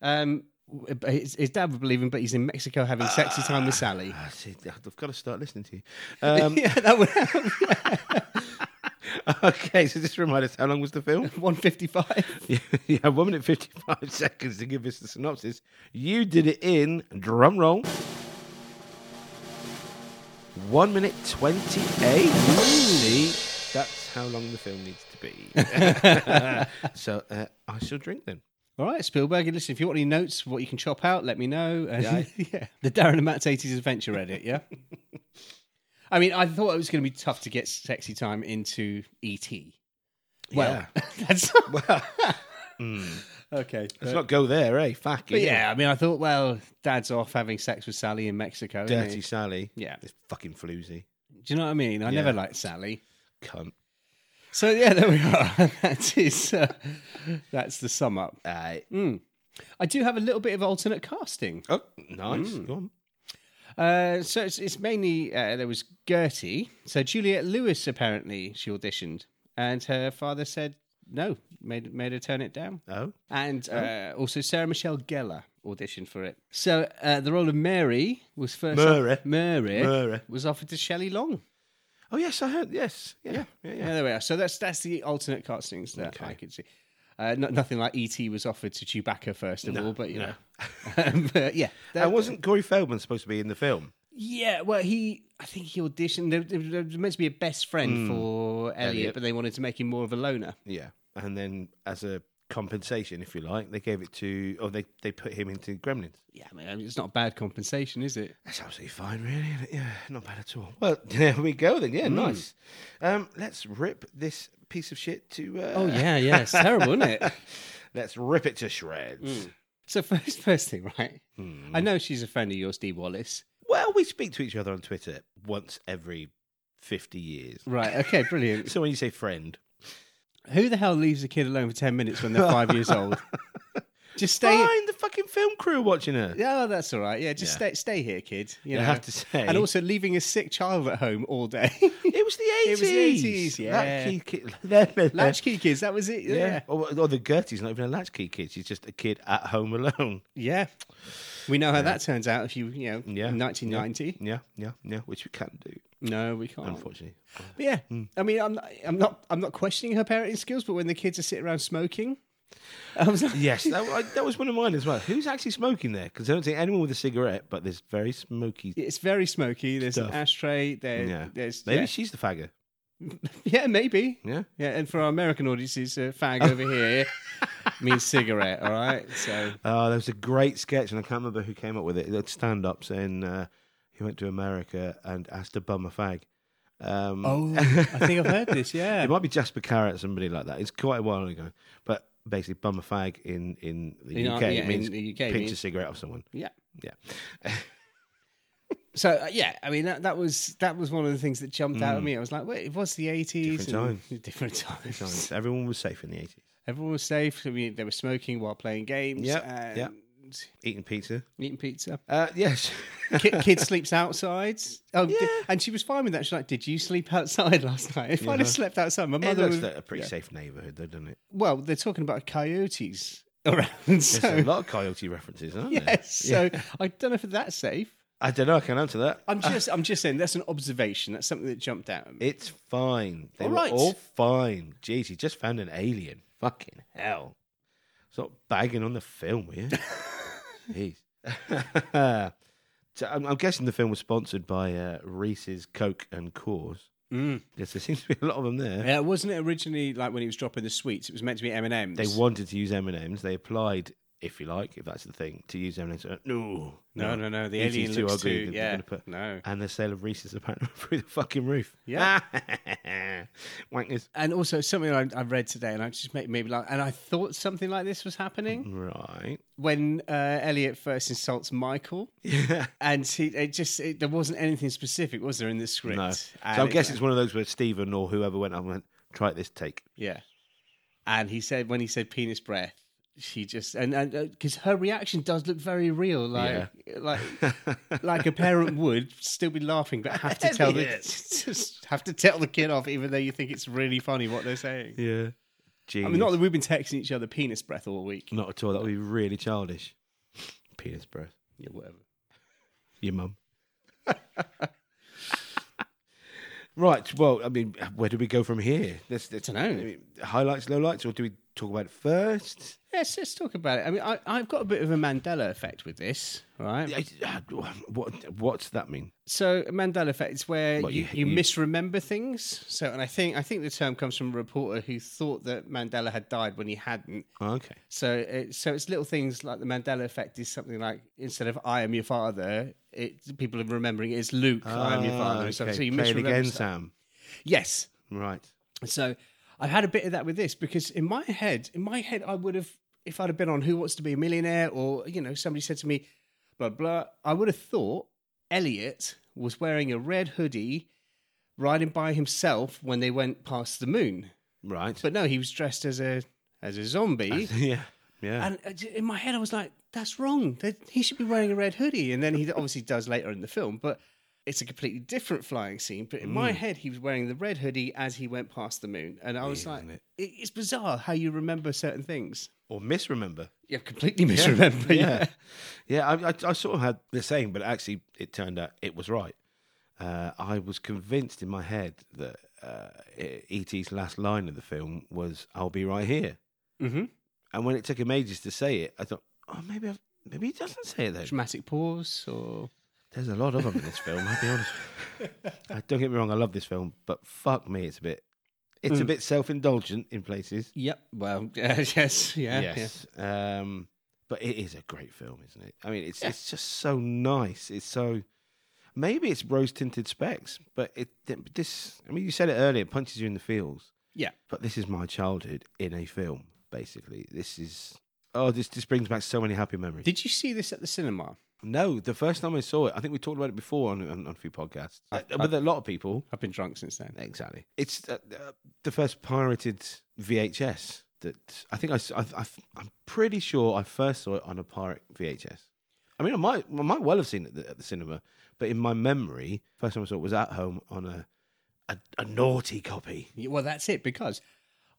S1: Um, but his, his dad would believe him, but he's in Mexico having sexy time with Sally.
S2: I Ah, see. I've got to start listening to you. Um,
S1: yeah, that would happen.
S2: okay, so just remind us how long was the film?
S1: 155.
S2: you have one minute fifty-five seconds to give us the synopsis. You did it in drum roll. One minute twenty-eight. See, that's how long the film needs to be. so uh, I shall drink then.
S1: All right, Spielberg. and Listen, if you want any notes, what you can chop out, let me know. And, yeah. The Darren and Matt's 80s Adventure edit, yeah? I mean, I thought it was going to be tough to get sexy time into E.T. Well, that's.
S2: Well,
S1: mm. okay. But,
S2: let's not go there, eh? Fuck
S1: but Uh, yeah, I mean, I thought, well, dad's off having sex with Sally in Mexico. isn't
S2: dirty
S1: he?
S2: Sally.
S1: Yeah.
S2: this fucking floozy
S1: Do you know what I mean? I
S2: Yeah.
S1: never liked Sally.
S2: cunt.
S1: So yeah, there we are. that is uh, that's the sum up.
S2: Uh,
S1: Mm. I do have a little bit of alternate casting.
S2: oh, nice.
S1: Mm.
S2: Go on.
S1: Uh, so it's, it's mainly uh, there was Gertie. So Juliet Lewis apparently she auditioned, and her father said no, made made her turn it down.
S2: Oh,
S1: And uh, also Sarah Michelle Gellar auditioned for it. So uh, the role of Mary was first
S2: Mary.
S1: Mary,
S2: Mary.
S1: was offered to Shelley Long.
S2: oh yes, I heard. Yes, yeah, yeah, yeah.
S1: Yeah, there we are. So that's that's the alternate castings that I could see. Uh, no, nothing like ET was offered to Chewbacca first of all, but you know, but yeah, that,
S2: And wasn't Corey Feldman supposed to be in the film?
S1: yeah. Well, he, I think he auditioned. There, there- there was meant to be a best friend for Hmm. Elliot,
S2: Elliot.
S1: but they wanted to make him more of a loner.
S2: Yeah. And then as a compensation, if you like. They gave it to, or they, they put him into Gremlins.
S1: Yeah, I mean, I mean, it's not a bad compensation, is it?
S2: That's absolutely fine, really. isn't it? Yeah, not bad at all. Mm. Well, there we go then. Yeah, nice. Um, let's rip this piece of shit to. Uh,
S1: Oh yeah, yeah, it's terrible, isn't it?
S2: Let's rip it to shreds.
S1: So first, first thing, right? I know she's a friend of yours, Dee Wallace.
S2: Well, we speak to each other on Twitter once every 50 years.
S1: Right? Okay, brilliant.
S2: So when you say friend,
S1: Who the hell leaves a kid alone for ten minutes when they're five years old? Just stay.
S2: find the fucking film crew watching her.
S1: Yeah, oh, that's all right. Yeah, just
S2: Yeah.
S1: stay, stay here, kid. You
S2: I
S1: know.
S2: have to say.
S1: And also leaving a sick child at home all day.
S2: It was the 80s.
S1: was the 80s, yeah.
S2: Latchkey kid.
S1: Latchkey kids, that was it.
S2: Yeah.
S1: Yeah.
S2: Or, or the Gertie's not even a latchkey kid. She's just a kid at home alone.
S1: Yeah. We know how that turns out if you, you know,
S2: Yeah.
S1: in 1990.
S2: Yeah, yeah, yeah. Which we can't do,
S1: No, we can't.
S2: unfortunately.
S1: But yeah,
S2: Hmm.
S1: I mean, I'm not, I'm not, I'm not questioning her parenting skills, but when the kids are sitting around smoking, I was like,
S2: Yes, that, I, that was one of mine as well. Who's actually smoking there? Because I don't see anyone with a cigarette, but there's very smoky.
S1: it's very smoky. There's
S2: Stuff.
S1: an ashtray. There,
S2: Yeah.
S1: There's
S2: Maybe
S1: yeah.
S2: she's the faggot.
S1: yeah, maybe.
S2: Yeah.
S1: Yeah, and for our American audiences, uh, fag over here means cigarette. All right, so
S2: Oh, there was a great sketch, and I can't remember who came up with it. It stand up saying uh, he went to America and asked to bum a fag. Um,
S1: oh, I think I've heard this. Yeah,
S2: It might be Jasper Carrot, somebody like that. It's quite a while ago. But basically, bum a fag in, in the
S1: In our-
S2: UK
S1: yeah, in
S2: means
S1: the UK
S2: pinch a
S1: means-
S2: cigarette off someone.
S1: yeah.
S2: Yeah.
S1: So uh, yeah, I mean that, that was that was one of the things that jumped out at me. I was like, wait, it was the eighties,
S2: Mm. Different
S1: different times.
S2: Nice. Everyone was safe in the 80s.
S1: Everyone was safe. I mean, they were smoking while playing games.
S2: Yep,
S1: and
S2: yep. Eating pizza.
S1: Eating pizza.
S2: Uh, yes.
S1: Kid, kid sleeps outside. Oh, di-
S2: Yeah.
S1: and she was fine with that. She's like, "Did you sleep outside last night? If I'd have slept outside, my
S2: it
S1: mother
S2: looks
S1: would."
S2: like a pretty safe neighbourhood, though, doesn't it?
S1: Well, they're talking about coyotes around.
S2: There's a
S1: So
S2: lot of coyote references, aren't there?
S1: yes, so I don't know if that's safe.
S2: I don't know. I can answer that.
S1: I'm just, I'm just saying that's an observation. That's something that jumped out at me.
S2: It's fine. They
S1: All
S2: were
S1: right.
S2: all fine. Jeez, he just found an alien. Fucking hell. Stop bagging on the film, will you? Jeez. so I'm, I'm guessing the film was sponsored by uh, Reese's Coke and Coors.
S1: Mm.
S2: Yes, there seems to be a lot of them there.
S1: Yeah, wasn't it originally like when he was dropping the sweets? It was meant to be M and M's.
S2: They wanted to use M and M's. They applied, if you like, if that's the thing, to use M and M's. No,
S1: No, no, no. The
S2: It is
S1: alien
S2: too
S1: looks
S2: ugly.
S1: too.
S2: They're
S1: Yeah,
S2: gonna put-
S1: no.
S2: And the sale of Reese's apparently went through the fucking roof.
S1: Yeah.
S2: wankers.
S1: And also something I, I read today, and I just made, made me laugh. And I thought something like this was happening
S2: Right.
S1: when uh, Elliot first insults Michael,
S2: Yeah.
S1: and he, it just it, there wasn't anything specific, was there, in the script?
S2: No.
S1: And
S2: So I
S1: it-
S2: guess it's one of those where Stephen or whoever went up and went, try it this take.
S1: yeah. And he said when he said penis breath, she just and and because her reaction does look very real, like like like a parent would still be laughing, but have to tell the
S2: Elliot.
S1: just have to tell the kid off, even though you think it's really funny what they're saying.
S2: Yeah. Genius.
S1: I mean, not that we've been texting each other penis breath all week.
S2: Not at all. That would be really childish. Penis breath.
S1: Yeah, whatever.
S2: Your mum. right. Well, I mean, where do we go from here? Let's, let's,
S1: Dunno.
S2: Highlights, lowlights, or do we talk about it first?
S1: Yes, let's talk about it. I mean, I, I've got a bit of a Mandela effect with this, right?
S2: What, what's that mean?
S1: So Mandela effect is where
S2: What,
S1: you,
S2: you-
S1: you,
S2: you-
S1: misremember things. So, and I think I think the term comes from a reporter who thought that Mandela had died when he hadn't.
S2: Oh, Okay.
S1: So, it, so it's little things like the Mandela effect is something like instead of "I am your father," it, people are remembering it's Luke. I am your
S2: Ah,
S1: father. and stuff.
S2: okay.
S1: So you
S2: Play it
S1: misremember
S2: again,
S1: stuff.
S2: Sam.
S1: Yes,
S2: Right.
S1: So I've had a bit of that with this because in my head, in my head, I would have, if I'd have been on Who Wants to Be a Millionaire or, you know, somebody said to me, blah, blah, I would have thought Elliot was wearing a red hoodie riding by himself when they went past the moon.
S2: Right.
S1: But no, he was dressed as a, as a zombie.
S2: yeah. Yeah.
S1: And uh, in my head, I was like, that's wrong. That- He should be wearing a red hoodie. And then he obviously does later in the film, but it's a completely different flying scene. But in my head, he was wearing the red hoodie as he went past the moon. And I was
S2: Weird,
S1: like,
S2: isn't it?
S1: "It- it's bizarre how you remember certain things.
S2: or misremember.
S1: You completely misremember.
S2: yeah, yeah. I, I, I sort of had the same, but actually, it turned out it was right. Uh, I was convinced in my head that uh, E.T.'s last line of the film was "I'll be right here,"
S1: hmm
S2: and when it took him ages to say it, I thought, "Oh, maybe I've, maybe he doesn't say it." Then
S1: Dramatic pause or.
S2: there's a lot of them in this film. I'll be honest. Uh, Don't get me wrong, I love this film, but fuck me, it's a bit It's a bit self indulgent in places.
S1: Yep. Well, yes, yeah, yeah.
S2: yes. Um, but it is a great film, isn't it? I mean, it's it's just so nice. It's so maybe it's rose tinted specs, but it th- this. I mean, you said it earlier. It punches you in the feels.
S1: Yeah.
S2: But this is my childhood in a film, basically. This is oh, this this brings back so many happy memories.
S1: Did you see this at the cinema?
S2: no, the first time I saw it, I think we talked about it before on on, on a few podcasts Uh, with a lot of people.
S1: I've been drunk since then.
S2: Exactly. It's uh, uh, the first pirated VHS that I think I, am pretty sure I first saw it on a pirate VHS. I mean, I might, I might well have seen it at the, at the cinema, but in my memory, first time I saw it was at home on a a, a naughty copy.
S1: Yeah, Well, that's it because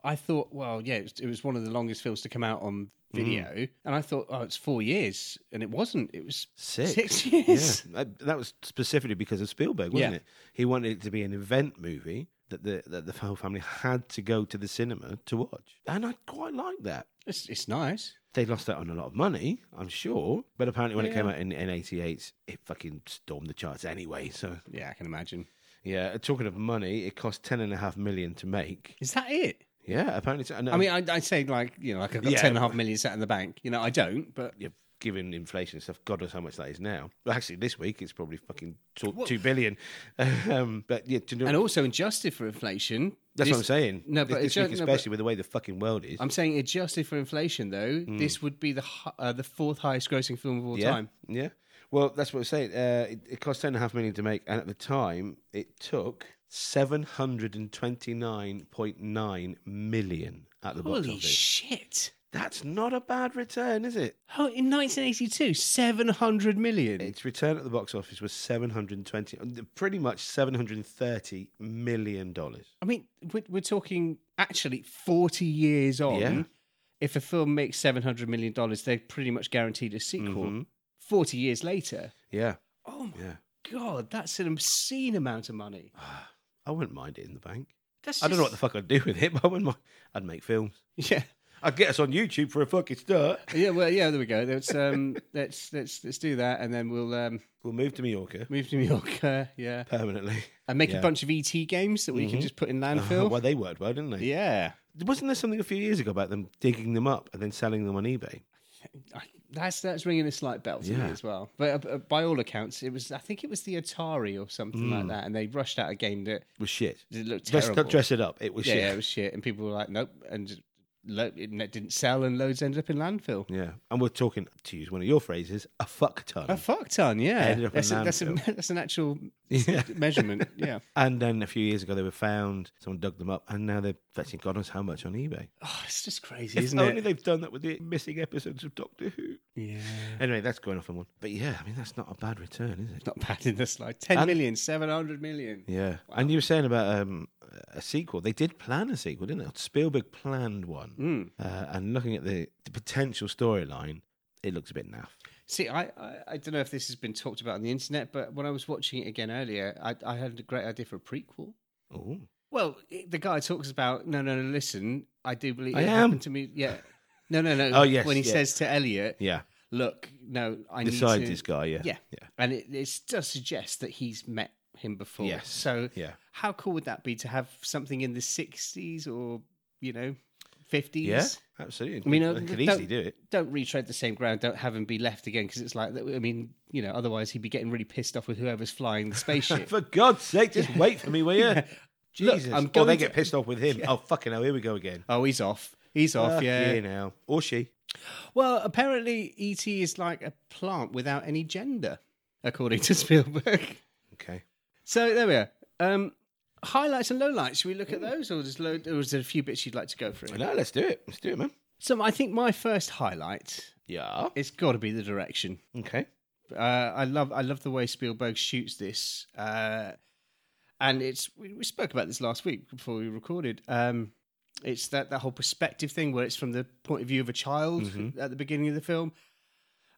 S1: I thought, well, yeah, it was, it was one of the longest films to come out on
S2: Mm.
S1: video, and I thought, oh, it's four years, and it wasn't. It was
S2: Six.
S1: six years.
S2: Yeah. That, that was specifically because of Spielberg, wasn't
S1: Yeah.
S2: it? He wanted it to be an event movie that the that the whole family had to go to the cinema to watch, and I quite like that.
S1: It's, it's nice.
S2: They lost out on a lot of money, I'm sure. But apparently, when it came
S1: Yeah.
S2: out in, in 88, it fucking stormed the charts anyway. So,
S1: Yeah, I can imagine.
S2: yeah, talking of money, it cost $10.5 million to make.
S1: Is that it?
S2: Yeah, apparently. so- and,
S1: I mean, I, I say like you know, like I've got
S2: Yeah.
S1: ten and a half million sat in the bank. You know, I don't, but
S2: yeah, given inflation and stuff, God knows how much that is now. Well, actually, this week, it's probably fucking two,
S1: Well-
S2: 2 billion. um, but yeah, to know,
S1: and also adjusted for inflation.
S2: that's
S1: this-
S2: what I'm saying.
S1: No,
S2: This-
S1: but
S2: this,
S1: adju-
S2: week,
S1: no, but-
S2: especially with the way the fucking world is.
S1: I'm saying adjusted for inflation, though, this would be the hi- uh, the fourth highest grossing film of all
S2: Mm. yeah,
S1: time.
S2: Yeah. Well, that's what I'm saying. Uh, it, it cost ten and a half million to make, and at the time, it took seven hundred and twenty-nine point nine million at the box
S1: Holy
S2: office.
S1: shit!
S2: that's not a bad return, is it?
S1: Oh, in 1982, 700 million.
S2: Its return at the box office was seven hundred twenty, pretty much seven hundred thirty million dollars.
S1: I mean, we're, we're talking actually 40 years on.
S2: Yeah.
S1: If a film makes $700 million, they're pretty much guaranteed a sequel. 40 years later.
S2: Yeah,
S1: Mm-hmm. Oh my
S2: yeah.
S1: God, that's an obscene amount of money.
S2: I wouldn't mind it in the bank.
S1: That's
S2: I don't know what the fuck I'd do with it, but I wouldn't mind. I'd make films.
S1: Yeah.
S2: I'd get us on YouTube for a fucking start.
S1: Yeah, well, yeah, there we go. Let's, um, let's, let's, let's do that and then we'll um,
S2: We'll move to Mallorca
S1: move to New York. Uh, yeah.
S2: permanently.
S1: And make
S2: Yeah.
S1: a bunch of ET games that we can just put in landfill.
S2: well, they worked well, didn't they?
S1: yeah.
S2: Wasn't there something a few years ago about them digging them up and then selling them on eBay?
S1: I- that's that's ringing a slight bell to
S2: Yeah.
S1: me as well. But uh, by all accounts, it was I think it was the Atari or something like that, and they rushed out a game that
S2: It was shit.
S1: that looked
S2: Let's
S1: terrible.
S2: not Hmm. dress it up. It was
S1: yeah,
S2: shit.
S1: yeah, it was shit, and people were like, nope, and just lo- it n- didn't sell, and loads ended up in landfill.
S2: Yeah. And we're talking, to use one of your phrases, a fuck ton.
S1: A fuck ton, yeah.
S2: Ended up in
S1: That's, a, that's, a,
S2: landfill.
S1: that's an actual
S2: yeah.
S1: measurement, yeah.
S2: And then a few years ago, they were found. Someone dug them up, and now they're fetching God knows how much on eBay.
S1: Oh, it's just crazy,
S2: If
S1: isn't
S2: only
S1: it?
S2: they've done that with the missing episodes of Doctor Who.
S1: Yeah.
S2: Anyway, that's going off on one. But yeah, I mean, that's not a bad return, is it?
S1: Not bad in the slide. 10
S2: And-
S1: million, 700 million.
S2: Yeah. And you were saying about um, a sequel. They did plan a sequel, didn't they? Spielberg planned one.
S1: Mm.
S2: Uh, and looking at the, the potential storyline, it looks a bit naff.
S1: See, I, I, I don't know if this has been talked about on the internet, but when I was watching it again earlier, I, I had a great idea for a prequel.
S2: Oh,
S1: Well, it- the guy talks about no, no, no. Listen, I do believe
S2: I
S1: it
S2: am.
S1: happened to me. Yeah, no, no, no.
S2: Oh, yes,
S1: when he
S2: yeah.
S1: says to Elliot,
S2: yeah.
S1: "Look, no, I
S2: Besides
S1: need to,"
S2: this guy, yeah.
S1: Yeah.
S2: yeah,
S1: and it, it does suggest that he's met him before.
S2: Yes,
S1: So,
S2: yeah.
S1: how cool would that be to have something in the '60s or you know '50s?
S2: yeah, absolutely.
S1: I mean, uh,
S2: I could
S1: don't-
S2: easily do it.
S1: Don't retread the same ground. Don't have him be left again because it's like, I mean, you know, otherwise he'd be getting really pissed off with whoever's flying the spaceship.
S2: For God's sake, just wait for me, will you?
S1: Look,
S2: Jesus,
S1: I'm
S2: or they
S1: going
S2: get
S1: to-
S2: pissed off with him. Oh fucking hell, here we go again.
S1: oh, he's off. He's off. yeah.
S2: you now or she.
S1: Well, apparently, ET is like a plant without any gender, according to Spielberg.
S2: Okay,
S1: So there we are. Um, highlights and lowlights. Should we look at those, or is, low, or is there a few bits you'd like to go
S2: Well,
S1: through?
S2: no, let's do it. Let's do it, man.
S1: So I think my first highlight
S2: Yeah.
S1: it's got to be the direction.
S2: Okay.
S1: Uh, I love I love the way Spielberg shoots this, uh, and it's we, we spoke about this last week before we recorded. Um, it's that that whole perspective thing where it's from the point of view of a child
S2: Mm-hmm.
S1: at the beginning of the film,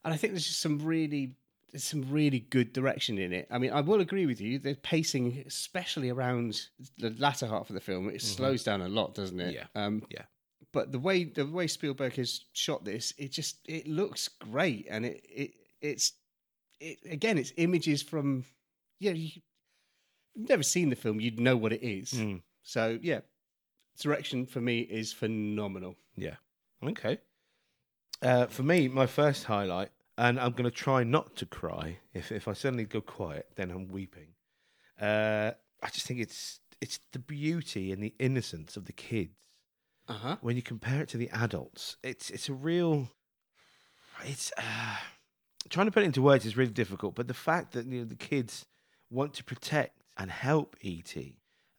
S1: and I think there's just some really there's some really good direction in it. I mean, I will agree with you. The pacing, especially around the latter half of the film, it slows down a lot, doesn't it?
S2: Mm-hmm. Yeah.
S1: Um,
S2: Yeah.
S1: but the way the way Spielberg has shot this, it just it looks great, and it it it's it again, it's images from
S2: Mm. Hmm.
S1: yeah. You, you've never seen the film, you'd know what it is. So yeah, direction for me is phenomenal.
S2: Yeah. Okay. Uh, for me, my first highlight, and I'm going to try not to cry. If if I suddenly go quiet, then I'm weeping. Uh, I just think it's it's the beauty and the innocence of the kids
S1: Uh huh.
S2: when you compare it to the adults. It's it's a real. It's uh, trying to put it into words is really difficult, but the fact that you know the kids want to protect and help ET,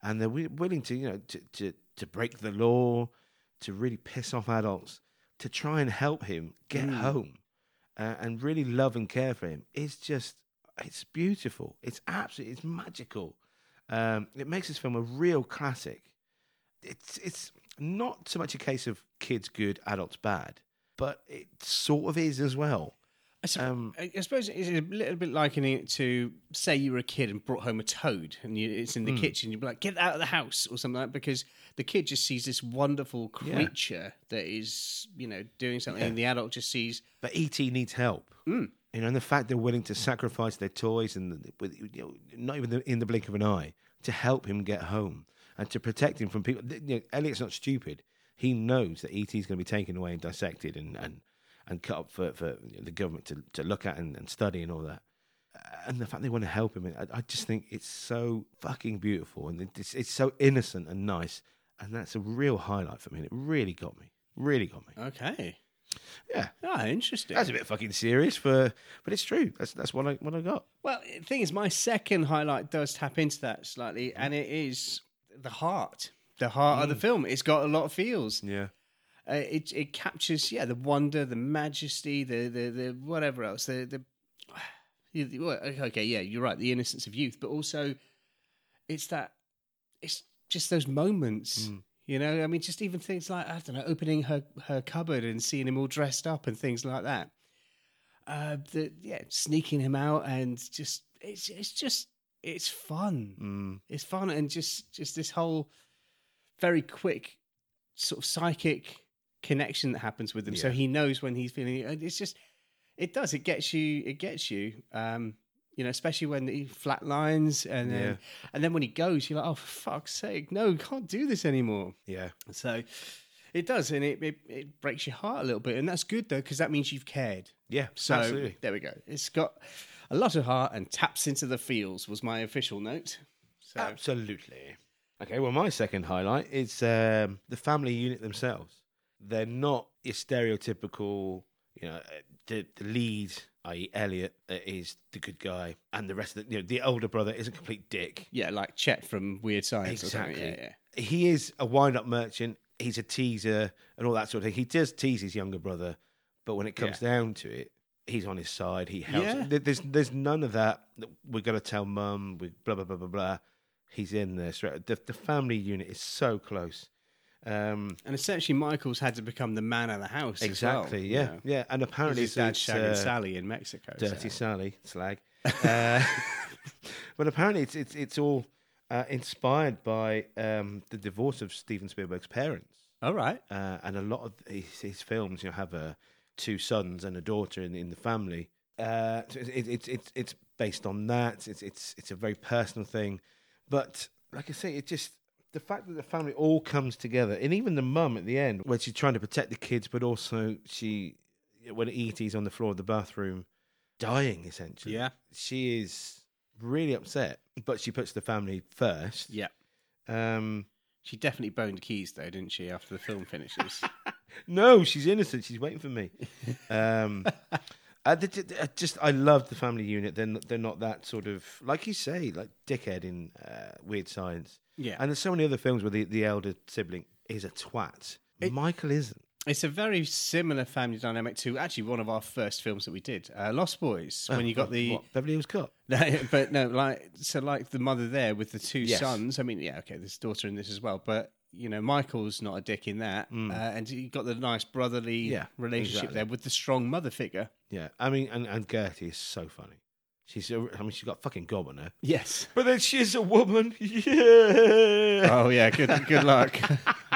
S2: and they're wi- willing to you know to to to break the law, to really piss off adults, to try and help him get
S1: Mm.
S2: home, uh, and really love and care for him is just it's beautiful. It's absolutely it's magical. Um, it makes this film a real classic. It's it's not so much a case of kids good, adults bad, but it sort of is as well.
S1: I, sup-
S2: Um,
S1: I I suppose it's a little bit likening it to say you were a kid and brought home a toad and you, it's in
S2: Mm.
S1: the kitchen. You'd be like, get out of the house or something like that because the kid just sees this wonderful
S2: Yeah.
S1: creature that is, you know, doing something
S2: Yeah.
S1: and the adult just sees,
S2: But ET needs help.
S1: Mm.
S2: You know, and the fact they're willing to sacrifice their toys and the- with, you know, not even in the blink of an eye to help him get home and to protect him from people. th- You know, Elliot's not stupid. He knows that ET is going to be taken away and dissected and and, and cut up for, for you know, the government to, to look at and, and study and all that. Uh, And the fact they want to help him, I, I just think it's so fucking beautiful and it's, it's so innocent and nice. And that's a real highlight for me. And it really got me. Really got me.
S1: okay.
S2: Yeah.
S1: Ah, interesting.
S2: That's a bit fucking serious for, but it's true. That's that's what I what I got.
S1: Well, the thing is, my second highlight does tap into that slightly, and it is the heart. The heart of the film. It's got a lot of feels.
S2: Yeah,
S1: Uh, it it captures, yeah, the wonder, the majesty, the the, the whatever else. The the you- you- well, okay, yeah, you're right. The innocence of youth, but also it's that it's just those moments. You know, I mean, just even things like I don't know, opening her her cupboard and seeing him all dressed up and things like that. Uh, the yeah, sneaking him out and just it's it's just it's fun.
S2: mm.
S1: It's fun and just just this whole very quick sort of psychic connection that happens with him. So
S2: Yeah.
S1: he knows when he's feeling. and It's just it does. It gets you. It gets you. Um, you know, especially when he flatlines and then,
S2: Yeah.
S1: and then when he goes, you're like, oh for fuck's sake, no, can't do this anymore.
S2: yeah,
S1: So it does, and it it, it breaks your heart a little bit, and that's good though because that means you've cared.
S2: yeah.
S1: So
S2: absolutely.
S1: there we go. It's got a lot of heart and taps into the feels was my official note. So
S2: Absolutely. Okay, well, my second highlight is um, the family unit themselves. They're not your stereotypical, you know, uh, the, the lead, i.e., Elliot, uh, is the good guy, and the rest of the, you know, the older brother is a complete dick.
S1: yeah, like Chet from Weird Science. Or something.
S2: Exactly.
S1: Yeah, yeah.
S2: He is a wind up merchant, he's a teaser, and all that sort of thing. He does tease his younger brother, but when it comes down to it, he's on his side. He helps.
S1: Yeah.
S2: There- There's there's none of that. that We're gonna tell mum. We blah blah blah blah blah. He's in there. straight- The, the family unit is so close. Um,
S1: And essentially, Michael's had to become the man of the house. as well,
S2: exactly.
S1: you
S2: yeah.
S1: know.
S2: Yeah. And apparently
S1: His dad
S2: it's,
S1: shagging
S2: uh,
S1: Sally in Mexico.
S2: Dirty
S1: so-
S2: Sally slag. Uh, but apparently, it's it's it's all uh, inspired by um, the divorce of Steven Spielberg's parents,
S1: All right.
S2: uh, and a lot of his, his films, you know, have uh, two sons and a daughter in, in the family. Uh, so it's it's it's it's it's based on that. It's it's it's a very personal thing, but like I say, it just the fact that the family all comes together, and even the mum at the end, where she's trying to protect the kids, but also she, when E.T.'s on the floor of the bathroom, dying essentially.
S1: Yeah.
S2: she is really upset, but she puts the family first.
S1: Yeah.
S2: Um,
S1: She definitely boned keys though, didn't she? After the film finishes.
S2: no, she's innocent. She's waiting for me. Um, I, did- did- I just I love the family unit. They're not, they're not that sort of like you say, like dickhead in uh, Weird Science.
S1: yeah.
S2: And there's so many other films where the, the elder sibling is a twat. Michael isn't.
S1: It's a very similar family dynamic to actually one of our first films that we did, uh, Lost Boys. When you got the,
S2: What, Beverly Hills Cop.
S1: but no, like so, like the mother there with the two
S2: Yes.
S1: sons. I mean, yeah, okay, there's daughter in this as well, but you know, Michael's not a dick in that, uh, and you got the nice brotherly
S2: Mm. Yeah,
S1: relationship
S2: exactly.
S1: there with the strong mother figure.
S2: Yeah, I mean, and, and Gertie is so funny. She's, a, I mean, she's got fucking gob on her.
S1: Yes.
S2: But then she's a woman. Yeah.
S1: Oh yeah. Good. Good luck.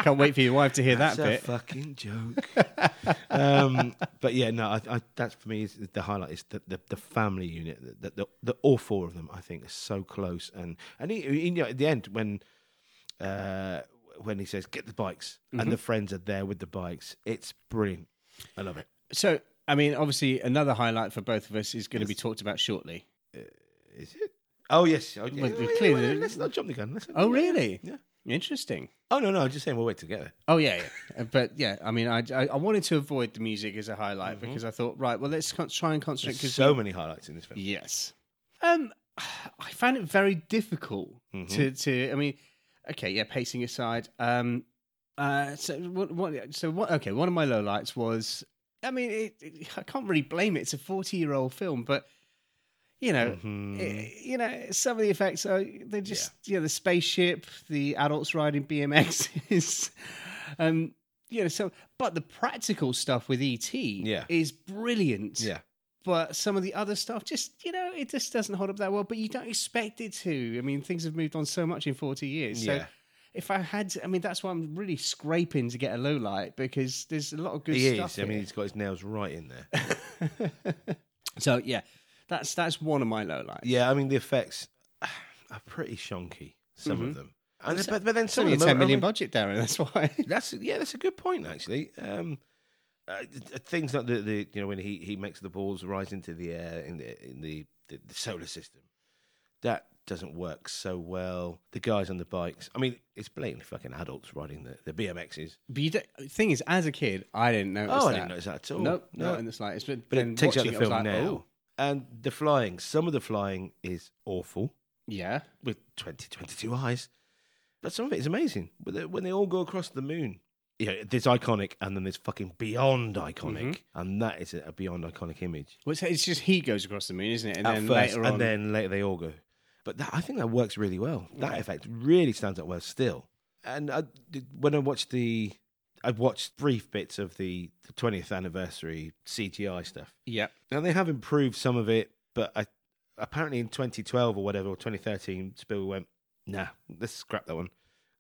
S1: Can't wait for your wife to hear
S2: That's
S1: that
S2: a
S1: bit.
S2: fucking joke. um, but yeah, no, I, I, that's for me is the highlight is the, the, the family unit. The, the, the all four of them, I think, are so close. And and he, he- you know, at the end when uh, when he says, "Get the bikes,"
S1: Mm-hmm.
S2: and the friends are there with the bikes. It's brilliant. I love it.
S1: So, I mean, obviously, another highlight for both of us is going to be talked about shortly.
S2: Is it? Oh yes. Oh, yeah.
S1: Well,
S2: Oh, yeah,
S1: clearly-
S2: well, let's not jump the gun. Let's not-
S1: Oh, really?
S2: Yeah.
S1: Interesting.
S2: Oh no, no. I'm just saying we'll wait together.
S1: Oh yeah, yeah. Uh, but yeah, I mean, I, I I wanted to avoid the music as a highlight
S2: Mm-hmm.
S1: because I thought, right, well, let's con- try and concentrate.
S2: There's
S1: Because
S2: so many highlights in this film.
S1: yes, um, I found it very difficult to to. I mean, okay, yeah, pacing aside, um, uh, so what, what so what? Okay, one of my lowlights was, I mean, it, it, I can't really blame it. It's a forty year old film, but you know,
S2: Mm-hmm.
S1: i- Eh, you know, some of the effects are they're just you know the spaceship, the adults riding BMXs, um, you know. So, but the practical stuff with ET,
S2: Yeah.
S1: is brilliant.
S2: Yeah.
S1: But some of the other stuff, just you know, it just doesn't hold up that well. But you don't expect it to. I mean, things have moved on so much in forty years. So
S2: Yeah.
S1: if I had, I mean, that's why I'm really scraping to get a low light because there's a lot of good
S2: He
S1: stuff.
S2: is. I mean,
S1: here.
S2: he's got his nails right in there.
S1: so yeah, that's that's one of my low lights.
S2: Yeah, I mean the effects are pretty shonky. Some of them, and then- but, but
S1: Mm-hmm.
S2: then
S1: It's
S2: some
S1: only a
S2: of them.
S1: ten
S2: are- I
S1: million
S2: mean,
S1: budget, Darren. That's why.
S2: that's yeah, that's a good point actually. Um, uh, th- th- things like the, the you know when he, he makes the balls rise into the air in the in the, the, the solar system, that doesn't work so well. The guys on the bikes. I mean, it's blatantly fucking adults riding the, the BMXs.
S1: But you don't, the thing is, as a kid, I didn't notice
S2: Oh, I
S1: that.
S2: didn't notice that at all.
S1: Nope,
S2: No.
S1: not in the slightest. But,
S2: But
S1: then
S2: it takes out
S1: watching
S2: the
S1: it, I was
S2: film
S1: like,
S2: now.
S1: "Oh,
S2: And the flying, some of the flying is awful.
S1: yeah,
S2: with 20, 22 eyes. But some of it is amazing. When they, when they all go across the moon, you know, there's iconic and then there's fucking beyond iconic.
S1: Mm-hmm.
S2: And that is a, a beyond iconic image.
S1: well, it's, it's just he goes across the moon, isn't it? And
S2: At
S1: then
S2: first,
S1: later
S2: and
S1: on,
S2: then later they all go. But that, I think that works really well. That effect really stands out well still. And I, did- when I watched the, I watched brief bits of the, the 20th anniversary CGI stuff.
S1: yeah,
S2: Now they have improved some of it, but I, apparently in 2012 or whatever or 2013, Spielberg went, "Nah, let's scrap that one.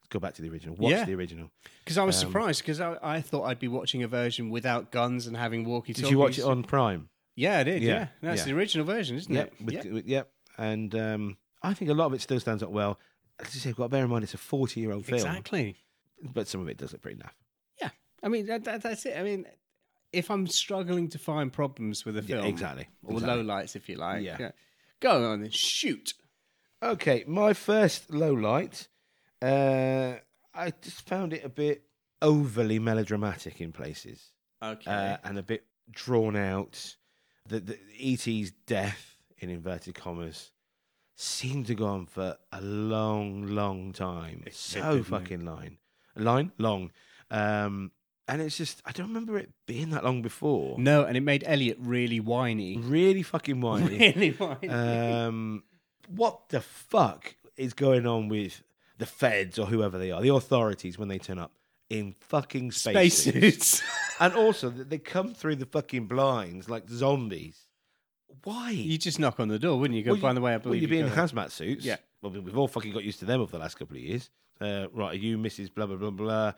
S2: Let's go back to the original. Watch
S1: Yeah.
S2: the original."
S1: because I was
S2: Um,
S1: surprised because I, I thought I'd be watching a version without guns and having walkie-talkies.
S2: Did you watch it on Prime?
S1: Yeah, I did.
S2: Yeah,
S1: Yeah, that's
S2: yeah.
S1: the original version, isn't
S2: Yep,
S1: it?
S2: with,
S1: Yeah.
S2: with- yep. And um, I think a lot of it still stands up well. As you say, got to bear in mind it's a 40 year old film,
S1: exactly.
S2: but some of it does look pretty naff.
S1: Yeah, I mean that, that, that's it. I mean, if I'm struggling to find problems with a film,
S2: exactly,
S1: or
S2: exactly.
S1: low lights, if you like,
S2: Yeah.
S1: go on and shoot.
S2: Okay, my first low light. Uh, I just found it a bit overly melodramatic in places.
S1: Okay,
S2: uh, and a bit drawn out. The, the ET's death, in inverted commas, seemed to go on for a long, long time. so fucking line, line long, um, and it's just I don't remember it being that long before.
S1: no, and it made Elliot really whiny.
S2: Really fucking whiny.
S1: Really whiny.
S2: um, what the fuck is going on with the feds or whoever they are, the authorities when they turn up in fucking spaces?
S1: spacesuits.
S2: And also that they come through the fucking blinds like zombies. Why?
S1: you just knock on the door, wouldn't you? Go,
S2: Well, you-
S1: by the way, I
S2: well,
S1: believe
S2: you'd be
S1: you
S2: in
S1: got a-"
S2: hazmat suits.
S1: Yeah.
S2: Well, we- we've all fucking got used to them over the last couple of years. Uh, right, are you Mrs. Blah blah blah blah?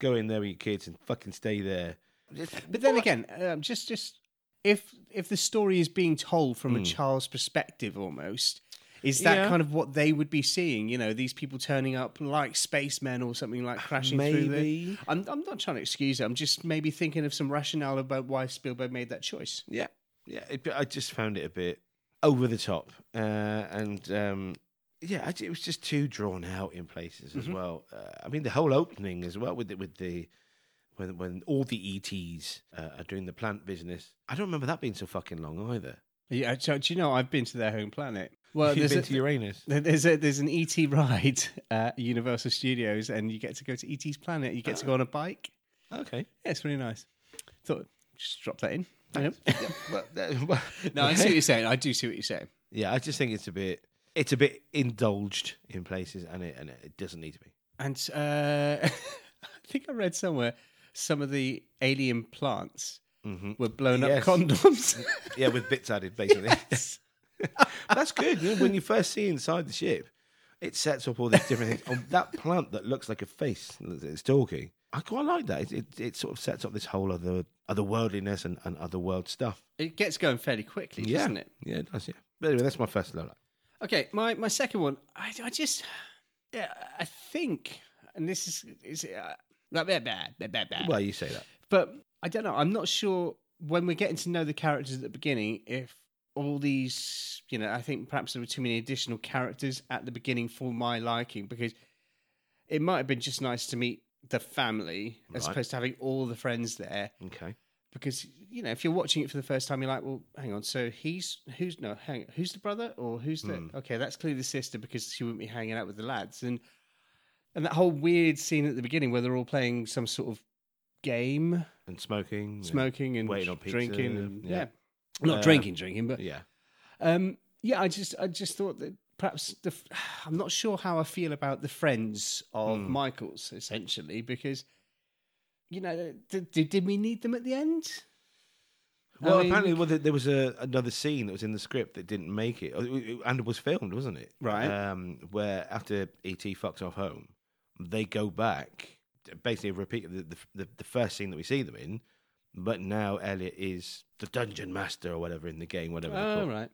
S2: Go in there with your kids and fucking stay there.
S1: But then again, um, just just if if the story is being told from a child's perspective, almost is that
S2: Yeah.
S1: kind of what they would be seeing? You know, these people turning up like spacemen or something like crashing through. The...
S2: Maybe.
S1: I'm I'm not trying to excuse it. I'm just maybe thinking of some rationale about why Spielberg made that choice.
S2: yeah, yeah. It, I just found it a bit over the top, uh, and um, yeah, I, it was just too drawn out in places as
S1: Mm-hmm.
S2: well. Uh, I mean, the whole opening as well with the, with the when when all the ETs uh, are doing the plant business. I don't remember that being so fucking long either.
S1: Yeah, so, do you know I've been to their home planet? Well,
S2: You've
S1: Uh, there's
S2: been
S1: a,
S2: to Uranus.
S1: There's a there's an ET ride at Universal Studios, and you get to go to ET's planet. You get to go on a bike.
S2: Okay.
S1: Yeah, it's really nice. Thought just drop that in.
S2: Well, that- well,
S1: No, I see what you're saying. I do see what you're saying.
S2: yeah, I just think it's a bit it's a bit indulged in places, and it and it doesn't need to be.
S1: And uh, I think I read somewhere some of the alien plants were blown
S2: Yes.
S1: up condoms.
S2: Yeah, with bits added, basically. That's good. You know, when you first see inside the ship, it sets up all these different things. Oh, that plant that looks like a face that it's talking, I quite like that. It, it, it sort of sets up this whole other otherworldliness and, and otherworld stuff.
S1: it gets going fairly quickly,
S2: Yeah.
S1: doesn't it?
S2: Yeah, it does, yeah. But anyway, that's my first low light.
S1: Okay, my, my second one. I, I just, yeah, I think and this is is uh, like bad, bad, bad, bad, bad.
S2: Well, you say that.
S1: but I don't know. I'm not sure when we're getting to know the characters at the beginning if all these, you know, I think perhaps there were too many additional characters at the beginning for my liking because it might have been just nice to meet the family as
S2: Right.
S1: opposed to having all the friends there
S2: Okay.
S1: because you know if you're watching it for the first time you're like well hang on so he's who's no hang who's the brother or who's the okay that's clearly the sister because she wouldn't be hanging out with the lads and and that whole weird scene at the beginning where they're all playing some sort of game
S2: And smoking. and-
S1: smoking and
S2: Waiting on pizza,
S1: drinking and,
S2: yeah.
S1: yeah. not
S2: Uh,
S1: drinking drinking but
S2: Yeah.
S1: um yeah i just i just thought that perhaps the f- i'm not sure how i feel about the friends of
S2: Hmm.
S1: michael's essentially because you know did, did, did we need them at the end I
S2: Well,
S1: mean-
S2: apparently, well, there- there was a, another scene that was in the script that didn't make it, Oh, it- it- and it was filmed, wasn't it?
S1: Right.
S2: Um, where after ET fucks off home, they go back, basically repeat the, the, the, the first scene that we see them in, but now Elliot is the dungeon master or whatever in the game, whatever. they're
S1: Oh
S2: called.
S1: right,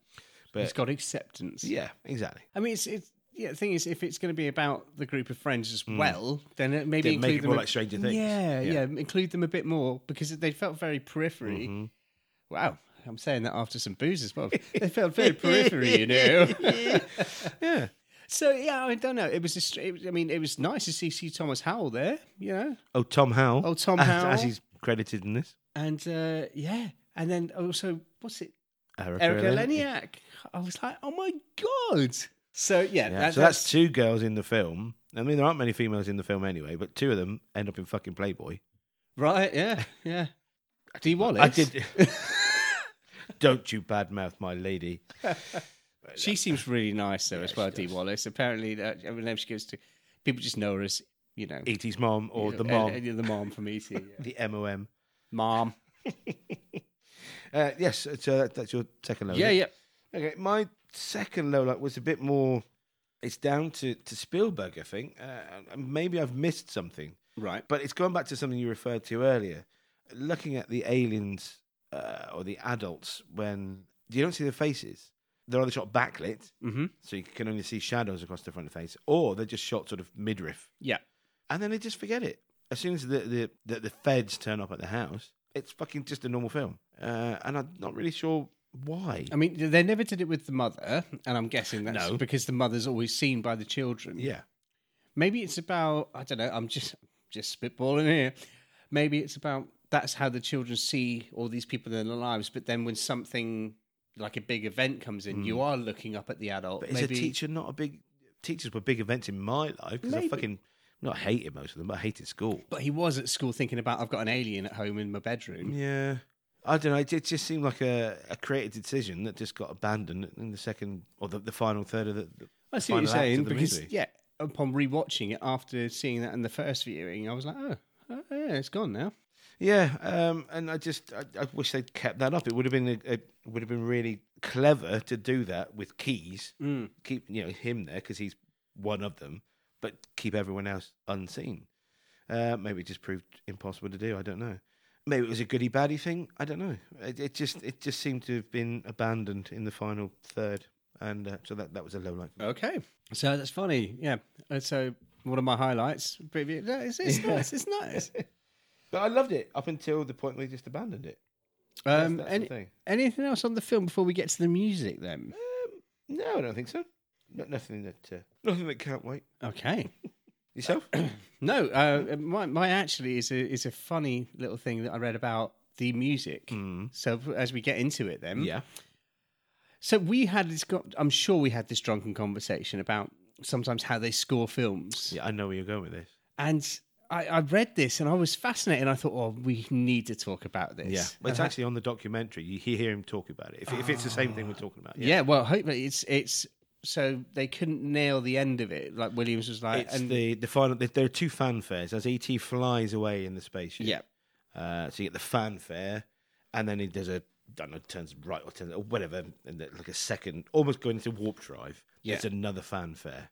S2: But-
S1: it's got acceptance.
S2: Yeah, exactly.
S1: I mean, it's it's yeah. The thing is, if it's going to be about the group of friends as well, then it maybe
S2: Then Hmm. make
S1: include
S2: it
S1: them
S2: more
S1: a-
S2: like Stranger Things.
S1: Yeah,
S2: Yeah.
S1: yeah, include them a bit more because they felt very periphery.
S2: Mm-hmm.
S1: Wow, I'm saying that after some booze as well. they felt very periphery, you know.
S2: Yeah.
S1: so yeah, I don't know. It was, a, str- it was I mean, it was nice to see C. Thomas Howell there, you know,
S2: Oh, Tom Howell.
S1: Oh, Tom
S2: as-
S1: Howell.
S2: As he's credited in this.
S1: and uh, yeah, and then also what's it,
S2: Erica,
S1: Erica
S2: Eleni.
S1: Leniak? I was like, oh my god. So yeah,
S2: Yeah,
S1: that-
S2: so that's two girls in the film. I mean, there aren't many females in the film anyway, but two of them end up in fucking Playboy.
S1: Right, yeah, yeah. D Wallace.
S2: I did. Don't you badmouth my lady.
S1: She seems really nice though, as
S2: she
S1: well. D
S2: does.
S1: Wallace. Apparently, that every name she goes to, people just know her as you know,
S2: E.T.'s mom or
S1: you
S2: the
S1: know,
S2: mom,
S1: and- and the mom from ET. Yeah.
S2: the M.O.M.
S1: mom.
S2: Uh, yes, so that, that's your second low.
S1: Yeah,
S2: is
S1: yeah.
S2: it? Okay, my second low light was a bit more. It's down to, to Spielberg, I think. Uh, and maybe I've missed something,
S1: Right.
S2: but it's going back to something you referred to earlier. Looking at the aliens uh, or the adults when you don't see their faces, they're either shot backlit,
S1: Mm-hmm.
S2: so you can only see shadows across the front of the face, or they're just shot sort of midriff.
S1: Yeah.
S2: and then they just forget it. As soon as the the, the, the feds turn up at the house, it's fucking just a normal film, uh, and I'm not really sure why.
S1: I mean, they never did it with the mother, and I'm guessing that's
S2: No.
S1: because the mother's always seen by the children.
S2: yeah,
S1: Maybe it's about I don't know. I'm just just spitballing here. Maybe it's about that's how the children see all these people in their lives. But then when something like a big event comes in, you are looking up at the adult.
S2: Mm. but is
S1: maybe
S2: a teacher not a big? Teachers were big events in my life because I
S1: Maybe.
S2: fucking not hated most of them, but I hated school.
S1: But he was at school thinking about I've got an alien at home in my bedroom.
S2: Yeah, I don't know. It, it just seemed like a, a creative decision that just got abandoned in the second or the, the final third of the. the
S1: I see what
S2: final
S1: you're
S2: act of
S1: saying
S2: the
S1: because
S2: movie.
S1: yeah, upon rewatching it after seeing that in the first viewing, I was like, oh, oh yeah, it's gone now.
S2: Yeah, um, and I just I, I wish they'd kept that up. It would have been a, a would have been really clever to do that with Keys. Mm. Keep you know him there because he's one of them, but keep everyone else unseen. Uh, maybe it just proved impossible to do. I don't know. Maybe it was a goody baddie thing. I don't know. It, it just it just seemed to have been abandoned in the final third, and uh, so that that was a low light.
S1: Okay, so that's funny. Yeah, And so one of my highlights. but it- no, It's, it's nice. It's nice.
S2: But I loved it up until the point where they just abandoned it.
S1: Um,
S2: that's the
S1: any-
S2: thing.
S1: anything else on the film before we get to the music? Then
S2: No, I don't think so. No, nothing that uh, nothing that can't wait.
S1: okay.
S2: Yourself?
S1: No, uh, my my actually is a is a funny little thing that I read about the music.
S2: Mm.
S1: So as we get into it, then
S2: yeah.
S1: So we had this. co- I'm sure we had this drunken conversation about sometimes how they score films,
S2: Yeah, I know where you're going with this.
S1: and I, I read this and I was fascinated. And I thought, oh, we need to talk about this.
S2: Well, it's
S1: And I-
S2: actually on the documentary. You he- hear him talk about it. If, if it's the same thing we're talking about.
S1: yeah. Well, hopefully it's it's so they couldn't nail the end of it. Like Williams was like,
S2: It's
S1: and
S2: the, the final. There are two fanfares as ET flies away in the spaceship.
S1: yeah,
S2: Uh, so you get the fanfare, and then he does a I don't know, turns right or turns or whatever, and then like a second, almost going into warp drive.
S1: Yeah.
S2: It's another fanfare,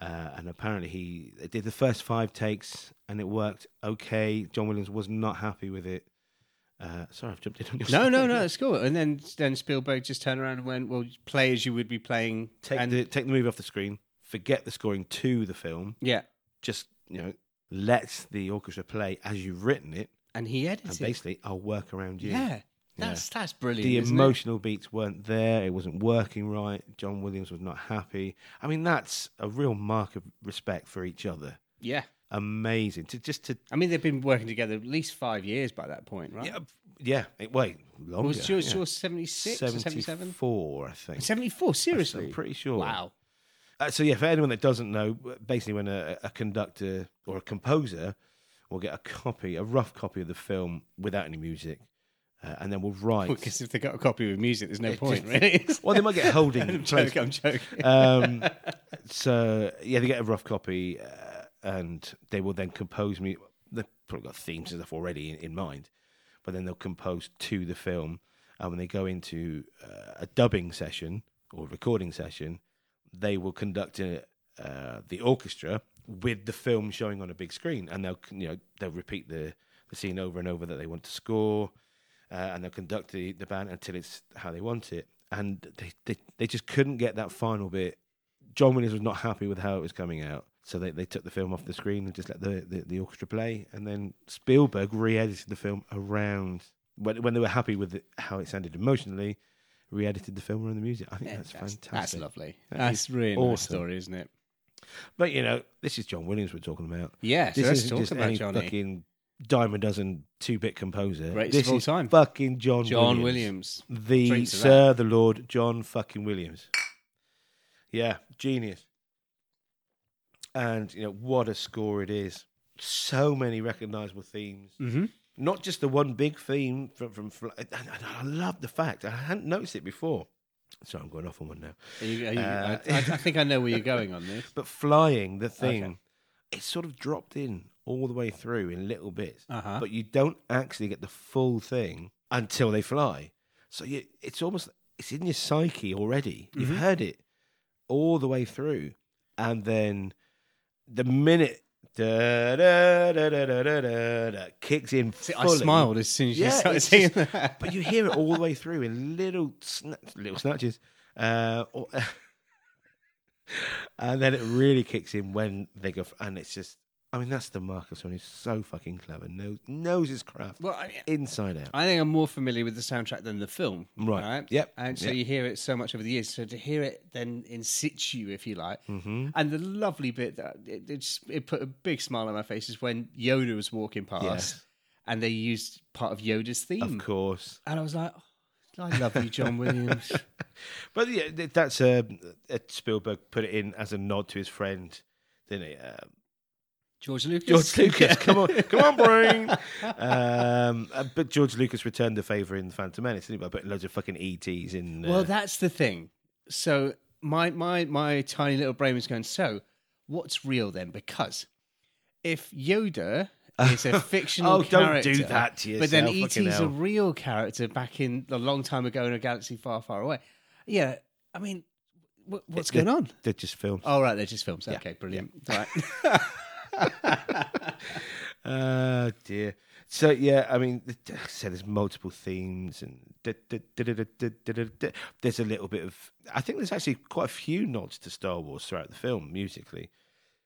S2: uh, and apparently he they did the first five takes, and it worked okay. John Williams was not happy with it. Uh, sorry, I've jumped in on your.
S1: no, no, no, it's cool. And then then Spielberg just turned around and went, well, play as you would be playing,
S2: Take
S1: and
S2: the take the movie off the screen. Forget the scoring to the film.
S1: yeah,
S2: Just you know, lets the orchestra play as you've written it,
S1: and he
S2: and
S1: edited.
S2: basically I'll work around you.
S1: yeah, that's that's brilliant.
S2: The
S1: isn't it?
S2: emotional beats weren't there. It wasn't working right. John Williams was not happy. I mean, that's a real mark of respect for each other.
S1: Yeah,
S2: Amazing to just to
S1: I mean they've been working together at least five years by that point, right?
S2: yeah, yeah it, wait longer.
S1: was yours
S2: yeah.
S1: yours seventy six or seventy seven?
S2: 74, I think.
S1: Seventy four. Seriously,
S2: I'm pretty sure.
S1: Wow.
S2: Uh, so yeah, for anyone that doesn't know, basically when a, a conductor or a composer will get a copy, a rough copy of the film without any music, uh, and then will write.
S1: Because if they got a copy with music, there's no
S2: It
S1: point,
S2: just-
S1: really.
S2: well, they might get holding.
S1: I'm
S2: place-
S1: joking. I'm joking.
S2: um, so uh, yeah, they get a rough copy, uh, and they will then compose me. They've probably got themes and stuff already in, in mind, but then they'll compose to the film. And when they go into uh, a dubbing session or recording session, they will conduct a, uh, the orchestra with the film showing on a big screen, and they'll you know they'll repeat the, the scene over and over that they want to score uh, and they'll conduct the, the band until it's how they want it. And they, they, they just couldn't get that final bit. John Williams was not happy with how it was coming out. So they, they took the film off the screen and just let the, the, the orchestra play. And then Spielberg re edited the film around when, when they were happy with it, how it sounded emotionally, re edited the film around the music. I think that's, fantastic.
S1: That's lovely.
S2: That
S1: that's really nice
S2: awesome.
S1: story, isn't it?
S2: But you know, this is John Williams we're talking about.
S1: Yeah. So
S2: this
S1: let's
S2: isn't
S1: talk
S2: just
S1: about
S2: any
S1: Johnny.
S2: fucking dime a dozen two bit composer.
S1: Greatest
S2: this
S1: of all
S2: is
S1: time.
S2: fucking John
S1: John
S2: Williams.
S1: Williams.
S2: the
S1: Drink to
S2: Sir, the Lord John fucking Williams. Yeah, genius. And you know what a score it is. So many recognizable themes,
S1: Mm-hmm.
S2: not just the one big theme from from. from and, and I love the fact I hadn't noticed it before. Sorry, I'm going off on one now.
S1: Are you, are you,
S2: Uh,
S1: I, I, I think I know where you're going on this.
S2: But flying the thing,
S1: Okay.
S2: it's sort of dropped in all the way through in little bits
S1: Uh-huh.
S2: but you don't actually get the full thing until they fly. So you, it's almost it's in your psyche already. You've
S1: Mhm.
S2: heard it all the way through, and then the minute da, da, da, da, da, da, da, da, kicks in,
S1: See, I
S2: fully,
S1: smiled as soon as you
S2: Yeah,
S1: started
S2: it's
S1: saying
S2: just-
S1: that.
S2: But you hear it all the way through in little sna- little snatches, uh, or, and then it really kicks in when they go. f- And it's just, I mean, that's the mark of someone who's so fucking clever, knows knows his craft
S1: well, I, mean,
S2: inside out.
S1: I think I'm more familiar with the soundtrack than the film.
S2: Right. Yep.
S1: And so
S2: Yep.
S1: you hear it so much over the years. So to hear it then in situ, if you like,
S2: Mm-hmm.
S1: and the lovely bit that it, it, just, it put a big smile on my face is when Yoda was walking past,
S2: Yes.
S1: and they used part of Yoda's theme,
S2: Of course.
S1: and I was like, oh, I love you, John Williams.
S2: But yeah, th- that's uh, uh, Spielberg put it in as a nod to his friend, didn't he? Uh,
S1: George Lucas.
S2: George Lucas, come on, come on, brain. um, uh, but George Lucas returned the favour in Phantom Menace, didn't he? By putting loads of fucking ETs in. Uh,
S1: Well, that's the thing. So my my my tiny little brain was going. So what's real then? Because if Yoda is a fictional
S2: Oh, don't
S1: character,
S2: do that to
S1: but then
S2: yourself,
S1: ET
S2: fucking
S1: is a
S2: hell.
S1: real character back in a long time ago in a galaxy far, far away. Yeah, I mean, wh- what's
S2: They're-
S1: going on?
S2: They're just films.
S1: All right, they're just films. Okay, brilliant. Right.
S2: Oh dear. So yeah, I mean, th- like I said there's multiple themes and da- da- da- da- da- da- da- da- da. there's a little bit of. I think there's actually quite a few nods to Star Wars throughout the film musically,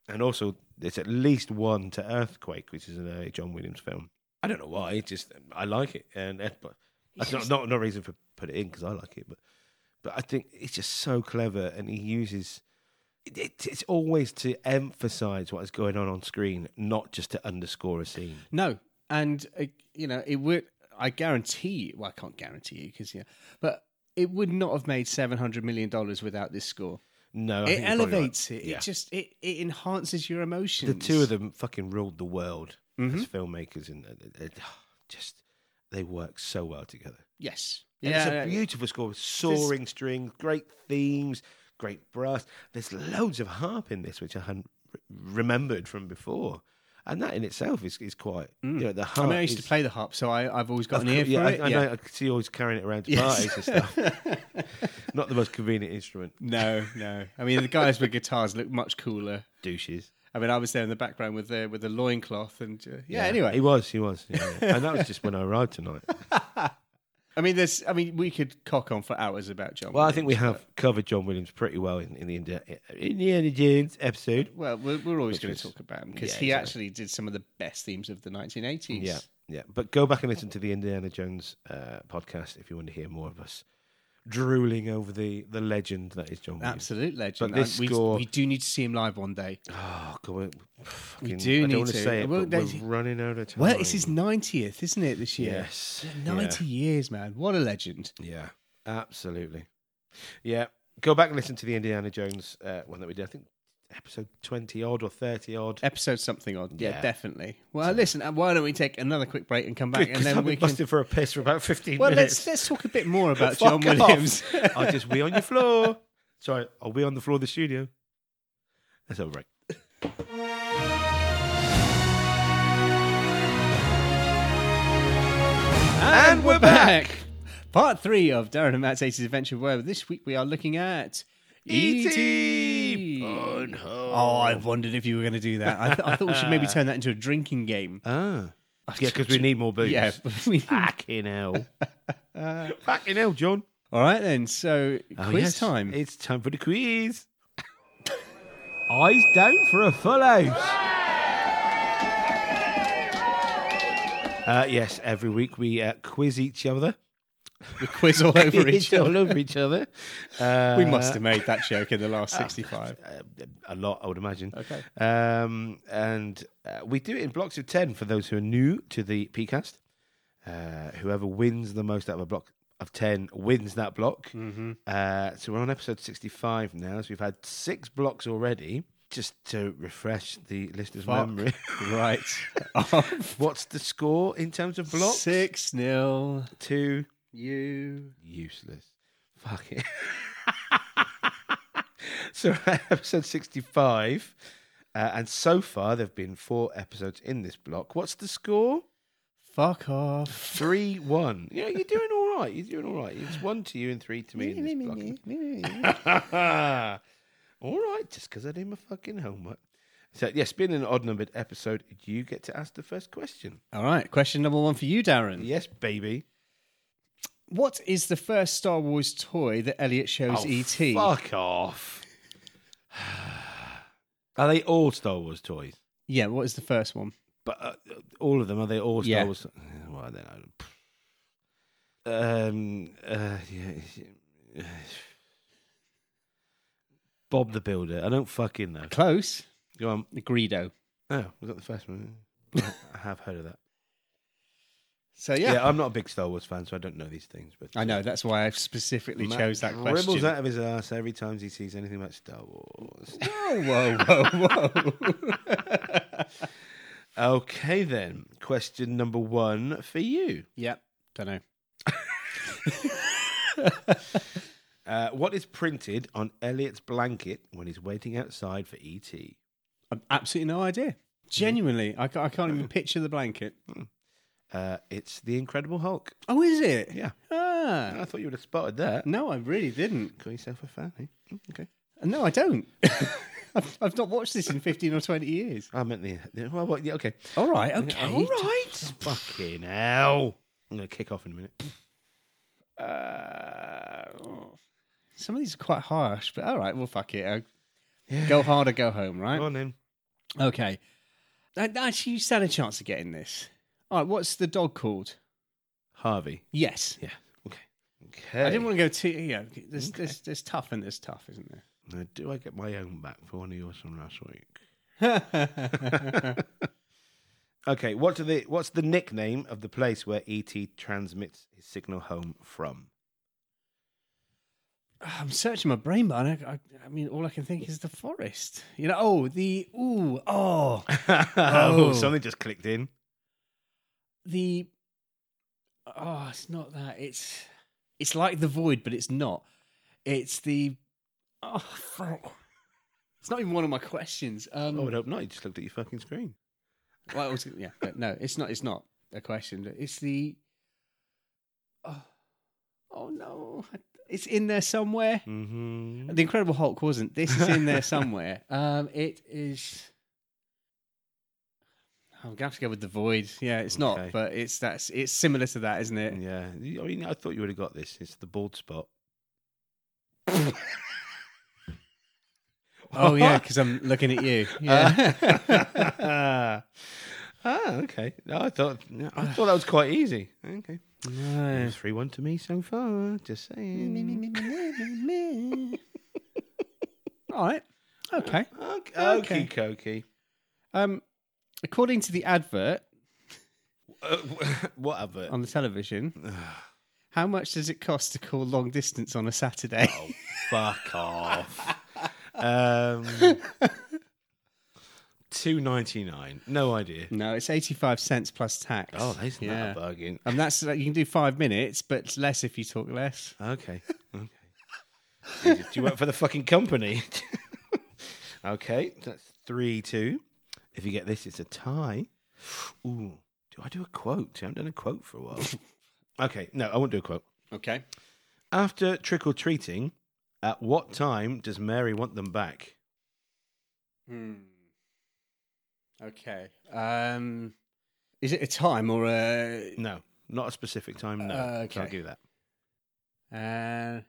S2: and also there's at least one to Earthquake, which is an early John Williams film. I don't know why. It just I like it, and uh, but that's not not no reason for put it in because I like it, but but I think it's just so clever, and he uses it, it, it's always to emphasize what is going on on screen, not just to underscore a scene.
S1: No, and uh, you know it would. I guarantee. Well, I can't guarantee you because yeah, but it would not have made seven hundred million dollars without this score.
S2: No, I
S1: it
S2: think you're probably right.
S1: elevates it.
S2: Yeah.
S1: It just it, it enhances your emotions.
S2: the two of them fucking ruled the world
S1: Mhm.
S2: as filmmakers, and uh, uh, uh, just they work so well together.
S1: Yes.
S2: And it's a beautiful score with soaring strings, great themes, great brass. There's loads of harp in this, which I hadn't re- remembered from before, and that in itself is is quite you know the
S1: Mm. I
S2: harp.
S1: mean, I used
S2: is-
S1: to play the harp, so I, I've always got an
S2: Of
S1: ear
S2: course,
S1: for
S2: yeah, I,
S1: it.
S2: I
S1: yeah.
S2: know. I see you always carrying it around to
S1: Yes.
S2: parties and stuff. Not the most convenient instrument.
S1: No, no. I mean, the guys with guitars look much cooler.
S2: Douches.
S1: I mean, I was there in the background with the with the loincloth and uh, yeah, Anyway,
S2: He was, he was. yeah, yeah. and that was just when I arrived tonight.
S1: I mean, there's. I mean, we could cock on for hours about John.
S2: Well, I think we
S1: Williams,
S2: have covered John Williams pretty well in, in the Indi- Indiana Jones episode.
S1: but- Well, we're, we're always
S2: Which
S1: going
S2: was-
S1: to talk about him because
S2: yeah,
S1: he
S2: exactly.
S1: actually did some of the best themes of the 1980s.
S2: Yeah, yeah. But go back and listen to the Indiana Jones uh, podcast if you want to hear more of us drooling over the the legend that is John Williams.
S1: absolute legend.
S2: But this
S1: And we,
S2: score-
S1: we do need to see him live one day.
S2: Oh, God, we fucking,
S1: do
S2: I
S1: need
S2: don't want
S1: to.
S2: to say it,
S1: Well,
S2: but
S1: there's-
S2: we're running out of time.
S1: Well, it's his 90th, isn't it? This year.
S2: Yes. yeah.
S1: 90 years, man. What a legend.
S2: Yeah, absolutely. Yeah, go back and listen to the Indiana Jones uh, one that we did. I think episode twenty odd or thirty odd.
S1: Episode something odd. Yeah,
S2: Yeah.
S1: definitely. Well, listen, uh, why don't we take another quick break and come back and then we can.
S2: busted for a piss for about fifteen
S1: Well,
S2: minutes.
S1: let's, let's talk a bit more about John
S2: Fuck off.
S1: Williams.
S2: I'll just be on your floor. Sorry, I'll be on the floor of the studio. Let's have a break. And we're back.
S1: Part three of Darren and Matt's 80s Adventure, where this week we are looking at
S2: E
S1: E
S2: E.T.
S1: Oh, I wondered if you were going to do that. I, th- I thought we should maybe turn that into a drinking game.
S2: Ah. Yeah, because we need more booze.
S1: Yeah. we-
S2: Fucking hell. Fucking hell, John.
S1: All right, then. So,
S2: Oh,
S1: quiz
S2: yes,
S1: time.
S2: It's time for the quiz. Eyes down for a full house. Uh, yes, every week we uh, quiz each other.
S1: We quiz all over each other.
S2: all over each other. Uh,
S1: We must have made that joke in the last 65.
S2: uh, a lot, I would imagine.
S1: Okay.
S2: Um, and uh, we do it in blocks of 10 for those who are new to the PCAST. Uh, whoever wins the most out of a block of 10 wins that block.
S1: Mm-hmm.
S2: Uh, so we're on episode 65 now. So we've had six blocks already. Just to refresh the listener's
S1: Fuck.
S2: memory,
S1: Right.
S2: what's the score in terms of blocks?
S1: 6 nil.
S2: Two.
S1: You.
S2: Useless. Fuck it. so episode 65. Uh, and so far, there have been four episodes in this block. What's the score?
S1: Fuck off.
S2: 3 1. You know, you're doing all right. You're doing all right. It's one to you and three to me in this block. all right, just because I did my fucking homework. So, yes, being an odd numbered episode, you get to ask the first question.
S1: All right. Question number one for you, Darren.
S2: Yes, baby.
S1: What is the first Star Wars toy that Elliot shows E
S2: Oh,
S1: E.T.?
S2: Fuck off. are they all Star Wars toys?
S1: Yeah, what is the first one?
S2: But uh, all of them are they all Star
S1: Yeah.
S2: Wars? Well, then I um uh, yeah. Bob the Builder. I don't fucking know.
S1: Close.
S2: Go on.
S1: The Greedo.
S2: Oh, was that the first one? I have heard of that.
S1: So,
S2: Yeah.
S1: yeah.
S2: I'm not a big Star Wars fan, so I don't know these things. But uh,
S1: I know. That's why I specifically
S2: Matt
S1: chose that
S2: dribbles
S1: question.
S2: out of his ass every time he sees anything about Star Wars.
S1: Whoa, whoa, whoa, whoa.
S2: okay, then. Question number one for you.
S1: yep. Don't know.
S2: Uh, what is printed on Elliot's blanket when he's waiting outside for E ET?
S1: I've absolutely no idea.
S2: Mm-hmm.
S1: Genuinely, I, ca- I can't even picture the blanket.
S2: Uh, it's the Incredible Hulk.
S1: Oh, is it?
S2: Yeah,
S1: Ah.
S2: I thought you would have spotted that.
S1: No, I really didn't.
S2: Call yourself a fan, eh? Mm, Okay.
S1: No, I don't. I've, I've not watched this in 15 or 20 years.
S2: I meant the. the well, what, yeah, okay.
S1: All right, okay.
S2: All right. Fucking hell. I'm going to kick off in a minute.
S1: Uh, Some of these are quite harsh, but all right, well, fuck it. Uh, Go hard or go home,
S2: Go
S1: right?
S2: on then.
S1: Okay. Uh, Actually, you stand a chance of getting this. All right, what's the dog called?
S2: Harvey.
S1: Yes.
S2: Yeah. Okay. Okay.
S1: I didn't want to go too, you know, there's, there's, there's tough and there's tough, isn't there?
S2: Now, do I get my own back for one of yours from last week? okay, what's the what's the nickname of the place where ET transmits his signal home from?
S1: I'm searching my brain, but I, don't- I, I mean, all I can think is the forest. You know, oh, the, ooh, oh,
S2: oh, something just clicked in.
S1: the, oh, it's not that. It's, it's like the void, but it's not. It's the, oh, fuck. It's not even one of my questions. Um,
S2: I would hope not. You just looked at your fucking screen.
S1: well, I was- yeah, but no, it's not. It's not a question. It's the, oh, oh no, it's in there somewhere.
S2: Mm-hmm.
S1: The Incredible Hulk wasn't. This is in there somewhere. Um, it is. I'm gonna have to go with the void. Yeah, it's
S2: Okay.
S1: not, but it's that's it's similar to that, isn't it?
S2: Yeah. You- I mean, I thought you would have got this. It's the bald spot.
S1: Oh yeah, because I'm looking at you. Yeah.
S2: ah, okay. No, I thought no, I thought that was quite easy. Okay.
S1: No.
S2: Three one to me so far. Just saying.
S1: All right. Okay.
S2: Okay, Cokie.
S1: Um, according to the advert
S2: Uh, whatever.
S1: on the television, how much does it cost to call long distance on a Saturday?
S2: Oh, fuck off. Um, two ninety nine. No idea.
S1: No, it's eighty-five cents plus tax.
S2: Oh, isn't
S1: Yeah.
S2: that a bargain?
S1: And that's like, you can do five minutes, but it's less if you talk less.
S2: Okay. Okay. Do you work for the fucking company? okay, that's three two. If you get this, it's a tie. Ooh, do I do a quote? I haven't done a quote for a while. okay, no, I won't do a quote.
S1: Okay.
S2: After trick or treating, at what time does Mary want them back?
S1: Hmm. Okay. Um, is it a time or a?
S2: No, not a specific time. No,
S1: Uh,
S2: can't
S1: okay.
S2: do that.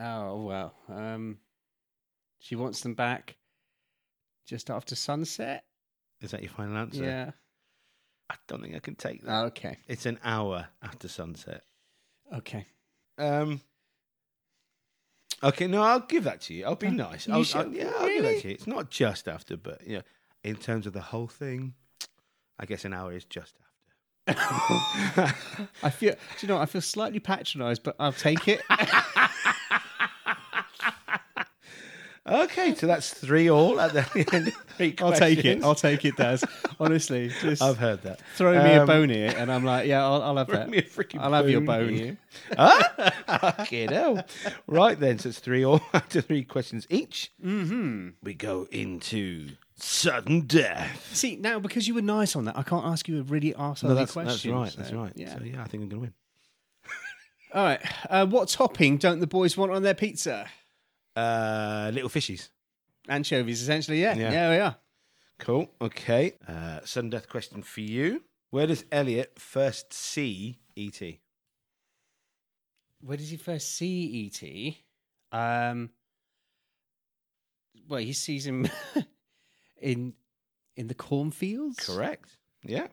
S1: Uh, oh well. Um, she wants them back just after sunset.
S2: Is that your final answer?
S1: yeah.
S2: I don't think I can take that.
S1: Oh, okay.
S2: It's an hour after sunset.
S1: Okay.
S2: Um. Okay, no, I'll give that to you. I'll be nice.
S1: Uh, you
S2: I'll,
S1: sure?
S2: I'll- yeah, I'll give that
S1: Really?
S2: to you. It's not just after, but you know, in terms of the whole thing, I guess an hour is just after.
S1: I feel. Do you know? what? I feel slightly patronised, but I'll take it.
S2: okay, so that's three all at the end. Of three
S1: I'll take it.
S2: questions.
S1: I'll take it, Daz. Honestly, just
S2: I've heard that.
S1: throw me a
S2: Um,
S1: bone here, and I'm like, yeah, I'll, I'll have
S2: Throw
S1: that.
S2: me a freaking
S1: I'll have your
S2: bone
S1: bone
S2: here.
S1: here.
S2: Ah, fucking hell. Right then, so it's three all after three questions each.
S1: Mm-hmm.
S2: We go into sudden death.
S1: See now, because you were nice on that, I can't ask you a really arsehole
S2: No, that's,
S1: question.
S2: that's right. That's
S1: so,
S2: right.
S1: Yeah.
S2: So yeah, I think I'm gonna win.
S1: All right. Uh, what topping don't the boys want on their pizza?
S2: Uh, little fishies.
S1: Anchovies, essentially. Yeah.
S2: Yeah.
S1: Yeah, yeah we are.
S2: Cool. Okay. Uh, sudden death question for you. Where does Elliot first see E ET?
S1: Where does he first see E.T.? Um, well, he sees him in in the cornfields.
S2: Correct. Yeah.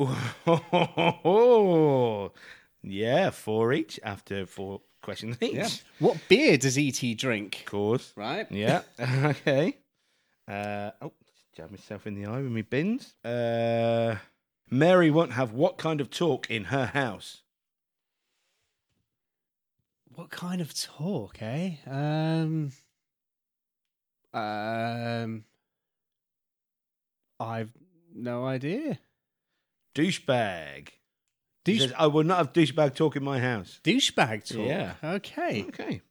S2: Ooh. yeah. Four each after four questions each.
S1: Yeah.
S2: Of
S1: What beer does E.T. drink?
S2: course.
S1: Right.
S2: Yeah. okay. Uh, oh, jab myself in the eye with me bins. Uh, Mary won't have what kind of talk in her house?
S1: What kind of talk, eh? Um, um, I've no idea.
S2: Douchebag. He
S1: Douche,
S2: says, I will not have douchebag talk in my house.
S1: douchebag talk.
S2: Yeah.
S1: Okay.
S2: Okay.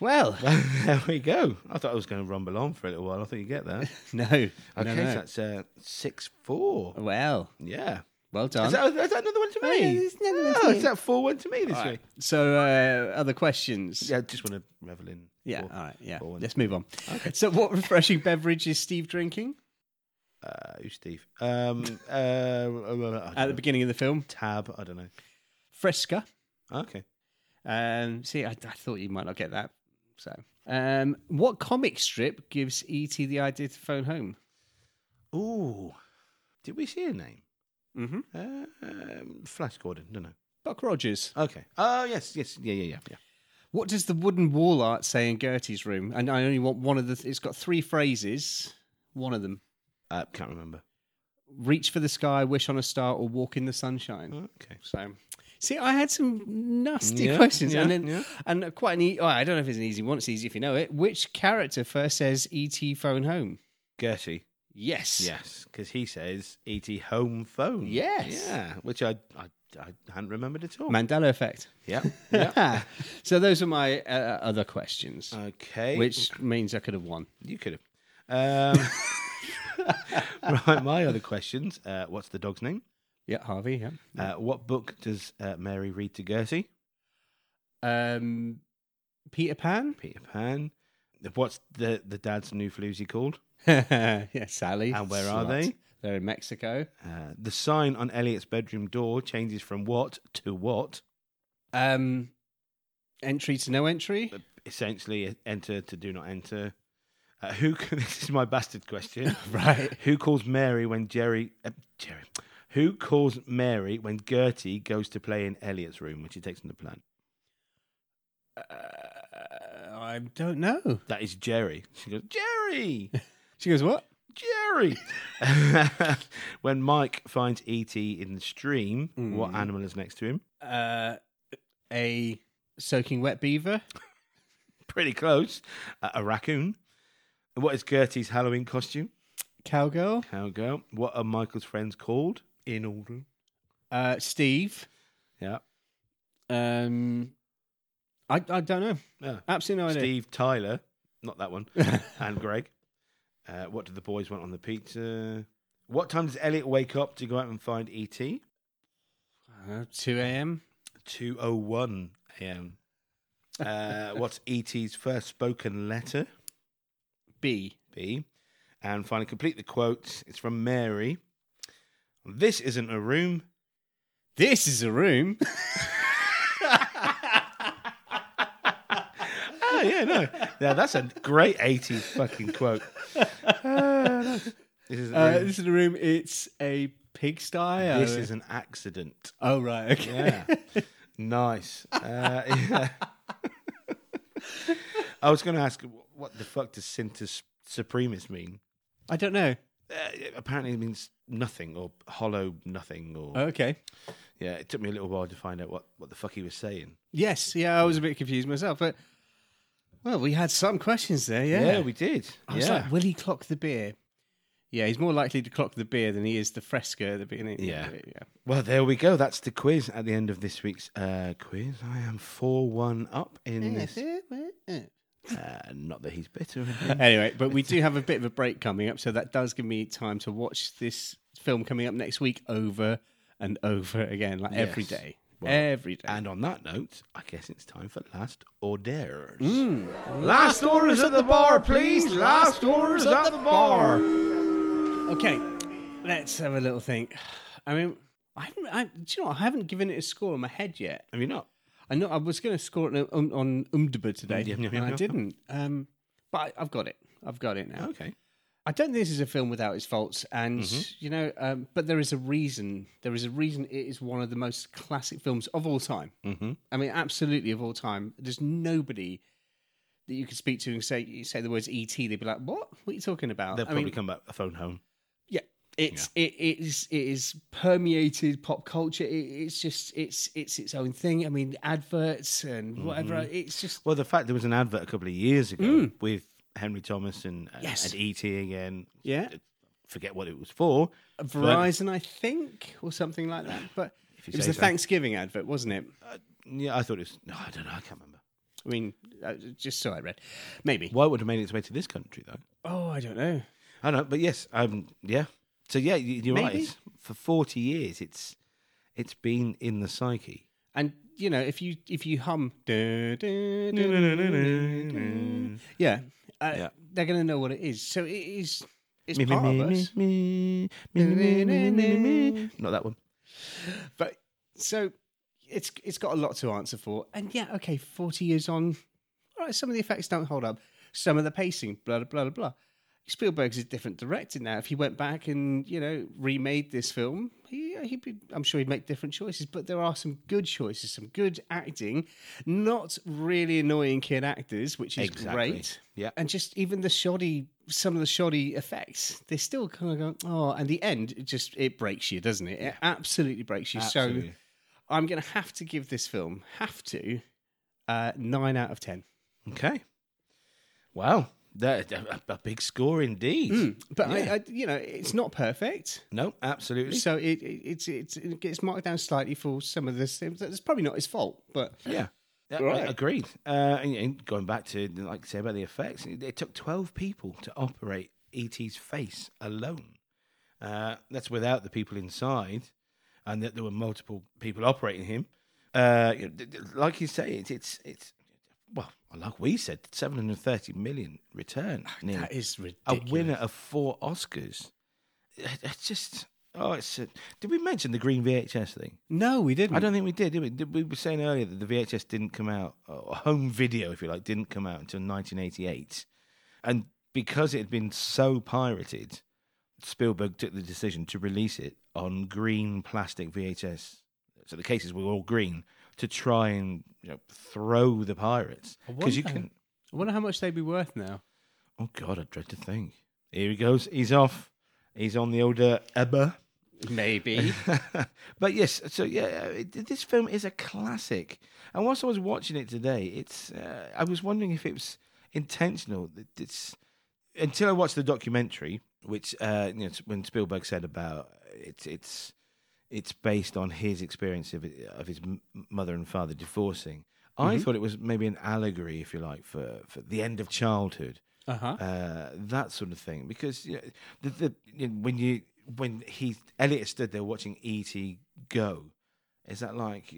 S1: Well,
S2: there we go. I thought I was going to rumble on for a little while. I thought you get that.
S1: no. Okay.
S2: Okay, so that's uh, 6 4.
S1: Well,
S2: Yeah.
S1: well done.
S2: Is that, is that another one to me?
S1: Oh, yeah, there's another one to
S2: Oh,
S1: you.
S2: is that 4 1 to me this
S1: All right.
S2: week?
S1: So, uh, other questions?
S2: Yeah, I just want to revel in.
S1: Yeah,
S2: four.
S1: all right. Yeah.
S2: Four, one.
S1: Let's move on. So, what refreshing beverage is Steve drinking
S2: Uh, who's Steve? Um, uh,
S1: at the beginning of the film?
S2: Tab, I don't know.
S1: Fresca.
S2: Okay.
S1: Um, see, I, I thought you might not get that. So, um, what comic strip gives ET the idea to phone home?
S2: Ooh. Did we see a name?
S1: Mm-hmm.
S2: Uh, um, Flash Gordon, don't know.
S1: Buck Rogers.
S2: Okay. Oh, yes, yes. Yeah, yeah, yeah. yeah.
S1: What does the wooden wall art say in Gertie's room? And I only want one of the. It's got three phrases. One of them:
S2: Uh, can't remember.
S1: reach for the sky, wish on a star, or walk in the sunshine.
S2: Okay.
S1: So, see, I had some nasty
S2: Hmm. Yeah,
S1: questions,
S2: yeah,
S1: and then
S2: yeah.
S1: and quite an. E- oh, I don't know if it's an easy one. It's easy if you know it. Which character first says "ET phone home"?
S2: Gertie.
S1: Yes.
S2: Yes, because he says ET home phone.
S1: Yes.
S2: Yeah, which I I, I hadn't remembered at all.
S1: Mandela effect.
S2: Yeah. yeah.
S1: so those are my uh, other questions,
S2: okay.
S1: which means I could have won.
S2: you could have. Um, right. My other questions. Uh, what's the dog's name?
S1: Yeah, Harvey. Yeah.
S2: Uh, what book does uh, Mary read to Gertie?
S1: Um, Peter Pan.
S2: Peter Pan. What's the the dad's new floozy called?
S1: yeah, Sally.
S2: And where are they?
S1: They're in Mexico.
S2: Uh, the sign on Elliot's bedroom door changes from what to what.
S1: Um, entry to no entry.
S2: Essentially, e-, enter to do not enter. Uh, who? c- This is my bastard question.
S1: Right.
S2: Who calls Mary when Jerry? Uh, Jerry. Who calls Mary when Gertie goes to play in Elliot's room when she takes him to plan?
S1: Uh, I don't know.
S2: That is Jerry. She goes, Jerry,
S1: She goes, what?
S2: Jerry. when Mike finds ET in the stream, what animal is next to him?
S1: Uh, a soaking wet beaver.
S2: Pretty close. Uh, a raccoon. What is Gertie's Halloween costume?
S1: Cowgirl.
S2: Cowgirl. What are Michael's friends called? In order.
S1: Uh, Steve.
S2: Yeah.
S1: Um, I I don't know.
S2: Yeah.
S1: Absolutely no idea.
S2: Steve Tyler, not that one, and Greg. Uh, what do the boys want on the pizza? What time does Elliot wake up to go out and find E ET?
S1: Uh, Two a.m.
S2: 2.01 a.m. Uh, what's ET's first spoken letter?
S1: B.
S2: B. And finally, complete the quote. It's from Mary. This isn't a room.
S1: This is a room.
S2: Oh, yeah, no. Yeah, that's a great 80s fucking quote. Ah, nice. this isn't a
S1: Uh,
S2: room.
S1: this is a room. It's a pigsty. or-
S2: This is an accident.
S1: Oh right. Okay.
S2: Yeah. nice. Uh, yeah. I was going to ask, wh- what the fuck does Cintus Supremus mean?
S1: I don't know.
S2: Uh, it- apparently, it means nothing or hollow nothing. Or
S1: Oh, Okay.
S2: yeah, it took me a little while to find out what, what the fuck he was saying.
S1: Yes. Yeah. I was a bit confused myself, but well, we had some questions there. Yeah.
S2: we did.
S1: I was
S2: yeah,
S1: like, will he clock the beer? Yeah, he's more likely to clock the beer than he is the fresco at the beginning.
S2: Yeah.
S1: yeah.
S2: Well, there we go. That's the quiz at the end of this week's uh, quiz. I am four one up in this. Uh, not that he's bitter. or anything.
S1: Anyway, but we do have a bit of a break coming up, so that does give me time to watch this film coming up next week over and over again, like every
S2: Yes.
S1: day.
S2: Well,
S1: every day.
S2: And on that note, I guess it's time for last hors d'oeuvres.
S1: Hmm. Last orders at the bar, please. Last orders at the bar. Okay, let's have a little think. I mean, I haven't. I, do you know? what? I haven't given it a score in my head yet.
S2: Have you not?
S1: I know I was going to score it on, on Umdaba today,
S2: Yum, yum,
S1: and
S2: yum,
S1: I
S2: yum.
S1: didn't. Um, but I, I've got it. I've got it now.
S2: Okay. Mm-hmm.
S1: I don't think this is a film without its faults, and you know, um, but there is a reason. There is a reason it is one of the most classic films of all time.
S2: Mm-hmm.
S1: I mean, absolutely of all time. There's nobody that you could speak to and say you say the words ET. They'd be like, "What? What are you talking about?"
S2: They'll
S1: I
S2: probably
S1: mean,
S2: come back a phone home.
S1: yeah, it's it, it is it is permeated pop culture. It, it's just it's it's its own thing. I mean, adverts
S2: Mm-hmm.
S1: and whatever. It's just
S2: Well, the fact there was an advert a couple of years ago with Henry Thomas and uh,
S1: Hmm. Yes.
S2: and ET again. Uh,
S1: yeah,
S2: Forget what it was for.
S1: Verizon, I think, or something like that. But
S2: you
S1: it was
S2: say
S1: the
S2: so.
S1: Thanksgiving advert, wasn't it?
S2: Uh, Yeah, I thought it was. No, I don't know. I can't remember.
S1: I mean, uh, just so I read, maybe.
S2: Why would have made its way to this country though?
S1: Oh, I don't know.
S2: I don't know, but yes, um, yeah. So yeah, you- you're right.
S1: Maybe.
S2: It's, for forty years, it's it's been in the psyche.
S1: And you know, if you if you hum, "Du- du- du- du- du- du," yeah, uh,
S2: Yeah.
S1: they're gonna know what it is. So it is. It's
S2: Me, me,
S1: part
S2: me,
S1: of
S2: me,
S1: us.
S2: me, me, me, me, me, me. Not that one.
S1: But so it's it's got a lot to answer for. And yeah, okay, forty years on, all right, some of the effects don't hold up. Some of the pacing, blah blah blah blah. Spielberg's a different director now. If he went back and you know remade this film, he he'd be, I'm sure he'd make different choices. But there are some good choices, some good acting, not really annoying kid actors, which is
S2: Exactly.
S1: great.
S2: Yeah.
S1: and just even the shoddy, some of the shoddy effects, they still kind of go, oh. And the end, it just it breaks you, doesn't it? It absolutely breaks you. So
S2: Absolutely.
S1: I'm going to have to give this film, have to, uh, nine out of 10.
S2: Okay. Wow, that a, a- a big score indeed.
S1: Hmm. But
S2: Yeah.
S1: I, I, you know, it's not perfect.
S2: No, absolutely.
S1: So it, it, it's, it's, it gets marked down slightly for some of the things. It's probably not his fault, but
S2: Yeah. Yeah,
S1: Right.
S2: Agreed. Uh, and, and going back to, like I say, about the effects, it, it took 12 people to operate E.T.'s face alone. Uh, that's without the people inside, and that there were multiple people operating him. Uh, you know, th- th- like you say, it's, it's, it's well, like we said, 730 million return. nearly.
S1: Ah, That is
S2: a
S1: ridiculous.
S2: winner of four Oscars. It- It's just oh, it's a, did we mention the green VHS thing?
S1: No, we didn't.
S2: I don't think we did. Did we? Did- we were saying earlier that the VHS didn't come out, uh, or home video, if you like, didn't come out until 1988, and because it had been so pirated, Spielberg took the decision to release it on green plastic VHS. So the cases were all green to try and you know, throw the pirates because you
S1: wonder.
S2: can.
S1: I wonder how much they'd be worth now.
S2: Oh God, I dread to think. Here he goes. He's off. He's on the older Ebba.
S1: Maybe.
S2: but yes, so yeah, it, this film is a classic. And whilst I was watching it today, it's uh, I was wondering if it was intentional. that It's until I watched the documentary, which uh, you know, when Spielberg said about it's it's it's based on his experience of of his m- mother and father divorcing. I thought it was maybe an allegory, if you like, for, for the end of childhood
S1: Uh huh.
S2: uh, that sort of thing. Because you know, the, the you know, when you when he Elliot stood there watching E.T. go, is that like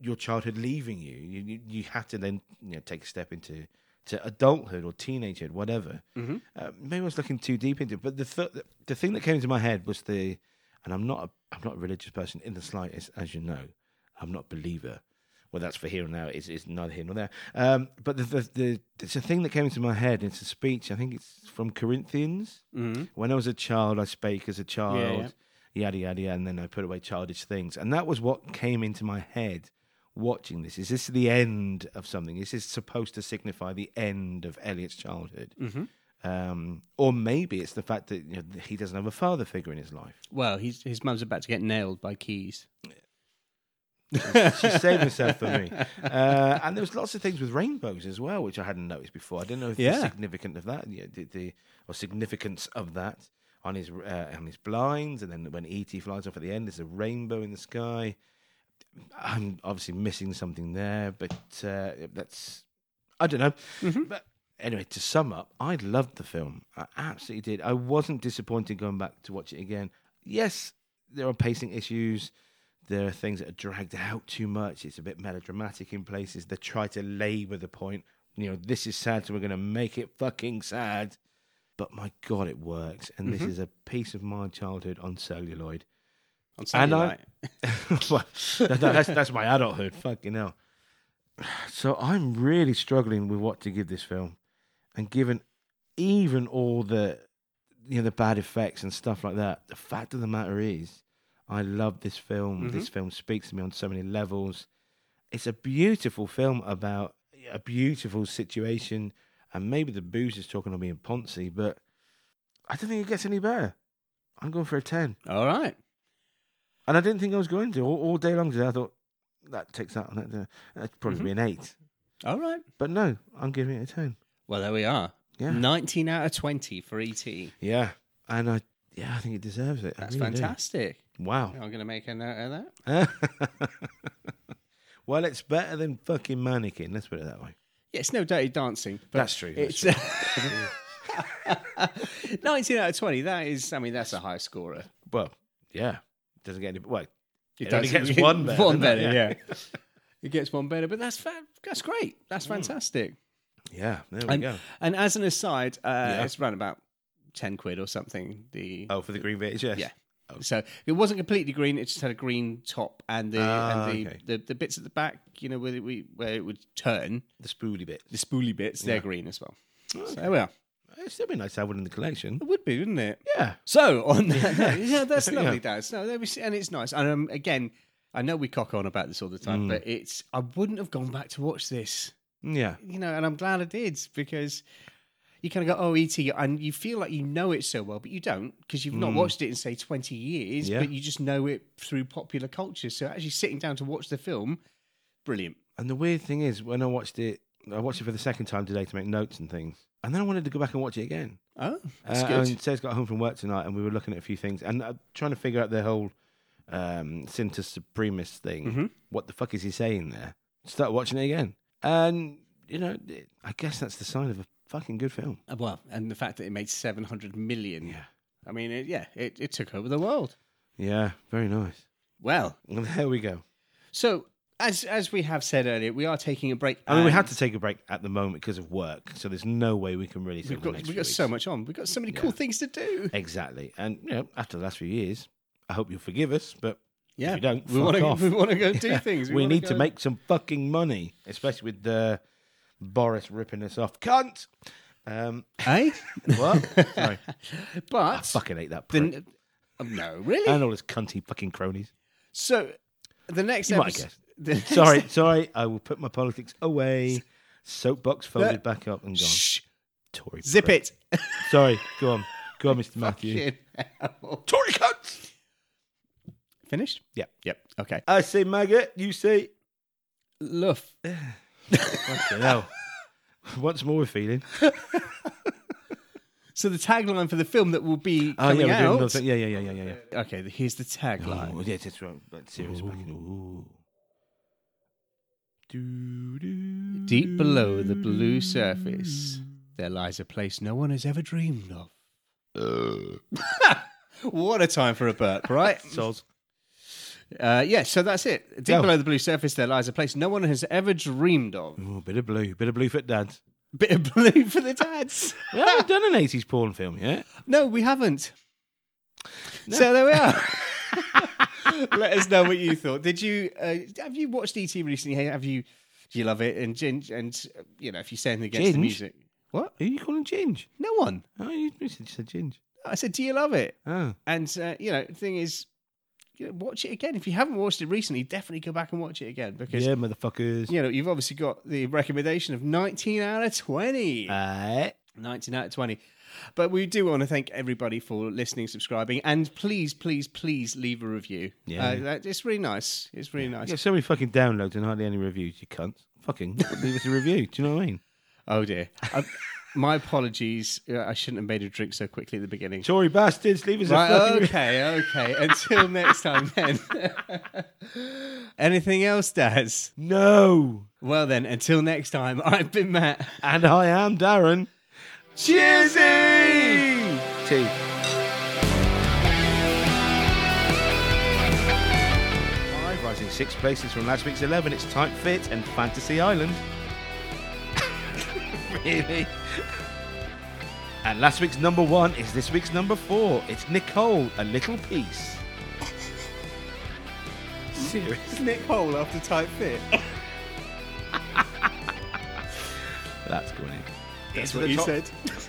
S2: your childhood leaving you? You you, you had to then you know, take a step into to adulthood or teenagehood, whatever. Uh, maybe I was looking too deep into it, but the th- the thing that came into my head was the, and I'm not a, I'm not a religious person in the slightest, as you know, I'm not a believer well, that's for here and now. It's, it's neither here nor there. Um, but the, the, the, it's a thing that came into my head. It's a speech. I think it's from Corinthians.
S1: Mhm.
S2: When I was a child, I spake as a child,
S1: yeah.
S2: yada yada yada, and then I put away childish things. And that was what came into my head watching this. Is this the end of something? Is this supposed to signify the end of Elliot's childhood?
S1: Mm-hmm.
S2: Um, or maybe it's the fact that you know, he doesn't have a father figure in his life.
S1: Well, he's, his mum's about to get nailed by keys.
S2: She saved herself for me. Uh, and there was lots of things with rainbows as well, which I hadn't noticed before. I didn't know if the
S1: Yeah.
S2: significant of that, yeah, the, the or significance of that on his uh, on his blinds, and then when ET flies off at the end, there's a rainbow in the sky. I'm obviously missing something there, but uh, that's I don't know. But anyway, to sum up, I loved the film. I absolutely did. I wasn't disappointed going back to watch it again. Yes, there are pacing issues. There are things that are dragged out too much. It's a bit melodramatic in places. They try to labour the point. You know, this is sad, so we're going to make it fucking sad. But my God, it works. And this is a piece of my childhood on celluloid.
S1: On
S2: And
S1: Saturday
S2: I-
S1: night.
S2: Well, that- that- that's, that's my adulthood. Fucking hell. So I'm really struggling with what to give this film, and given even all the you know the bad effects and stuff like that, the fact of the matter is, I love this film. This film speaks to me on so many levels. It's a beautiful film about a beautiful situation, and maybe the booze is talking to me in Ponce, but I don't think it gets any better. I'm going for a ten.
S1: All right.
S2: And I didn't think I was going to all, all day long today. I thought that takes that. that that- That'd probably
S1: Mm-hmm.
S2: be an eight.
S1: All right.
S2: But no, I'm giving it a ten.
S1: Well, there we are.
S2: Yeah.
S1: 19 out of 20 for E ET.
S2: Yeah, and I yeah, I think it deserves it. I
S1: That's
S2: really do.
S1: fantastic.
S2: Wow.
S1: I'm going to make a note of that.
S2: well, it's better than fucking mannequin. Let's put it that way.
S1: Yeah, it's no dirty dancing. But
S2: That's true, that's
S1: it's 19 out of 20. That is, I mean, that's a high scorer.
S2: Well, yeah, doesn't get any. Well,
S1: It,
S2: only
S1: does-
S2: gets one better,
S1: One
S2: doesn't
S1: better,
S2: it?
S1: yeah. it gets one better, but that's fa- that's great. That's fantastic.
S2: yeah, Mm. there we
S1: And,
S2: go.
S1: and as an aside, uh,
S2: Yeah.
S1: it's around about 10 quid or something. The
S2: Oh, for the green VHS.
S1: Yeah. Oh. So it wasn't completely green. It just had a green top and the
S2: Ah,
S1: and the,
S2: okay.
S1: the, the bits at the back, you know, where it, we, where it would turn,
S2: the spoolie bit.
S1: the spoolie bits, they're green as well. So there we are.
S2: It'd still be nice to have one in the collection.
S1: It would be, wouldn't it?
S2: Yeah,
S1: So on that, note- yeah, that's
S2: Yeah.
S1: lovely, Daz. No, there we see- and it's nice. And um, again, I know we cock on about this all the time, but it's I wouldn't have gone back to watch this,
S2: yeah.
S1: you know, and I'm glad I did because you kind of go, oh, ET, and you feel like you know it so well, but you don't because you've not watched it in say 20 years,
S2: Hmm. Yeah.
S1: but you just know it through popular culture. So actually sitting down to watch the film, brilliant.
S2: And the weird thing is, when I watched it, I watched it for the second time today to make notes and things. And then I wanted to go back and watch it again.
S1: Oh, that's
S2: Uh,
S1: good.
S2: And Sarah's got home from work tonight, and we were looking at a few things and uh, trying to figure out the whole um, Sinter Supremus thing.
S1: Mm-hmm.
S2: What the fuck is he saying there? Start watching it again. And, you know, it- I guess that's the sign of a fucking good film.
S1: Uh, well, and the fact that it made 700 million.
S2: Yeah.
S1: I mean, it, yeah, it, it took over the world.
S2: Yeah, very nice.
S1: Well,
S2: Well, there we go.
S1: So as as we have said earlier, we are taking a break.
S2: I mean, we
S1: and
S2: had to take a break at the moment because of work, so there's no way we can really.
S1: We've got we've got so much on. We've got so many cool things to do.
S2: Exactly, and you know, after the last few years, I hope you'll forgive us, but
S1: Yeah,
S2: you don't,
S1: we
S2: fuck
S1: wanna-
S2: off.
S1: we want to go do things.
S2: we,
S1: wanna
S2: need to
S1: go-
S2: make some fucking money, especially with uh, Boris ripping us off, cunt. Um,
S1: eh?
S2: what? Sorry, I
S1: But
S2: fucking hate that. Prick.
S1: then, oh, no, really.
S2: Ah, and all his cunty fucking cronies.
S1: so the next
S2: You might
S1: episode.
S2: guess.
S1: the next-
S2: Sorry, sorry. I will put my politics away. Soapbox folded
S1: That-
S2: back up and gone.
S1: Shh,
S2: Tory.
S1: zip
S2: prick.
S1: it.
S2: Sorry. Go on. Go on, Mr. Matthew.
S1: Fucking hell.
S2: Tory cunts.
S1: Finished.
S2: Yep.
S1: Yep. Okay.
S2: I say maggot. You say.
S1: Luff.
S2: Fucking hell. Once more, we're feeling.
S1: So the tagline for the film that will be
S2: Oh, yeah,
S1: coming
S2: we're doing another
S1: out.
S2: thing. Yeah, yeah, yeah, yeah, yeah. yeah.
S1: Okay, th- here's the tagline.
S2: Oh, yeah, that's right. But serious back in. Ooh. Doo, doo,
S1: Deep below the
S2: doo,
S1: blue
S2: doo.
S1: surface, there lies a place no one has ever dreamed of. what a time for a burp, right?
S2: Soz.
S1: uh, yeah, so that's it. Deep
S2: Go.
S1: below the blue surface, there lies a place no one has ever dreamed of.
S2: Ooh, bit of blue. Bit of blue foot dance.
S1: Bit of blue for the dads.
S2: We haven't done an 80s porn film yet.
S1: No, we haven't. So there we are. Let us know what you thought. Did you uh, have you watched ET recently? Hey, Have you? Do you love it? And Ginge, and uh, you know, if you say anything against the
S2: Ginge?
S1: music, what?
S2: Who are you calling Ginge?
S1: No one.
S2: Oh, you you said, you said Ginge.
S1: I said, do you love it?
S2: Oh.
S1: And uh, you know, the thing is, you know, watch it again. If you haven't watched it recently, definitely go back and watch it again because
S2: Yeah, motherfuckers.
S1: you know you've obviously got the recommendation of 19 out of
S2: Uh,
S1: 20.
S2: Aight.
S1: 19 out of 20. But we do want to thank everybody for listening, subscribing, and please, please, please leave a review.
S2: Yeah.
S1: Uh, that, it's really nice. It's really
S2: I
S1: nice.
S2: get so many fucking downloads and hardly any reviews, you cunts. Fucking leave us a review. Do you know what I mean?
S1: Oh dear. I, my apologies. Uh, I shouldn't have made a drink so quickly at the beginning.
S2: Tory bastards, leave us
S1: Right,
S2: a fucking review.
S1: okay, okay. Until next time, then. Anything else, Daz?
S2: No.
S1: Well, then, until next time, I've been Matt.
S2: And I am Darren. Cheersy! Tea. Five, Rising six places from last week's 11, it's Type Fit and Fantasy Island. really? And last week's number one is this week's number four. It's Nicole, a little piece. Serious.
S1: It's Nick Hole after Type Fit.
S2: That's going in.
S1: That's
S2: Into
S1: what
S2: the
S1: you
S2: top-
S1: said.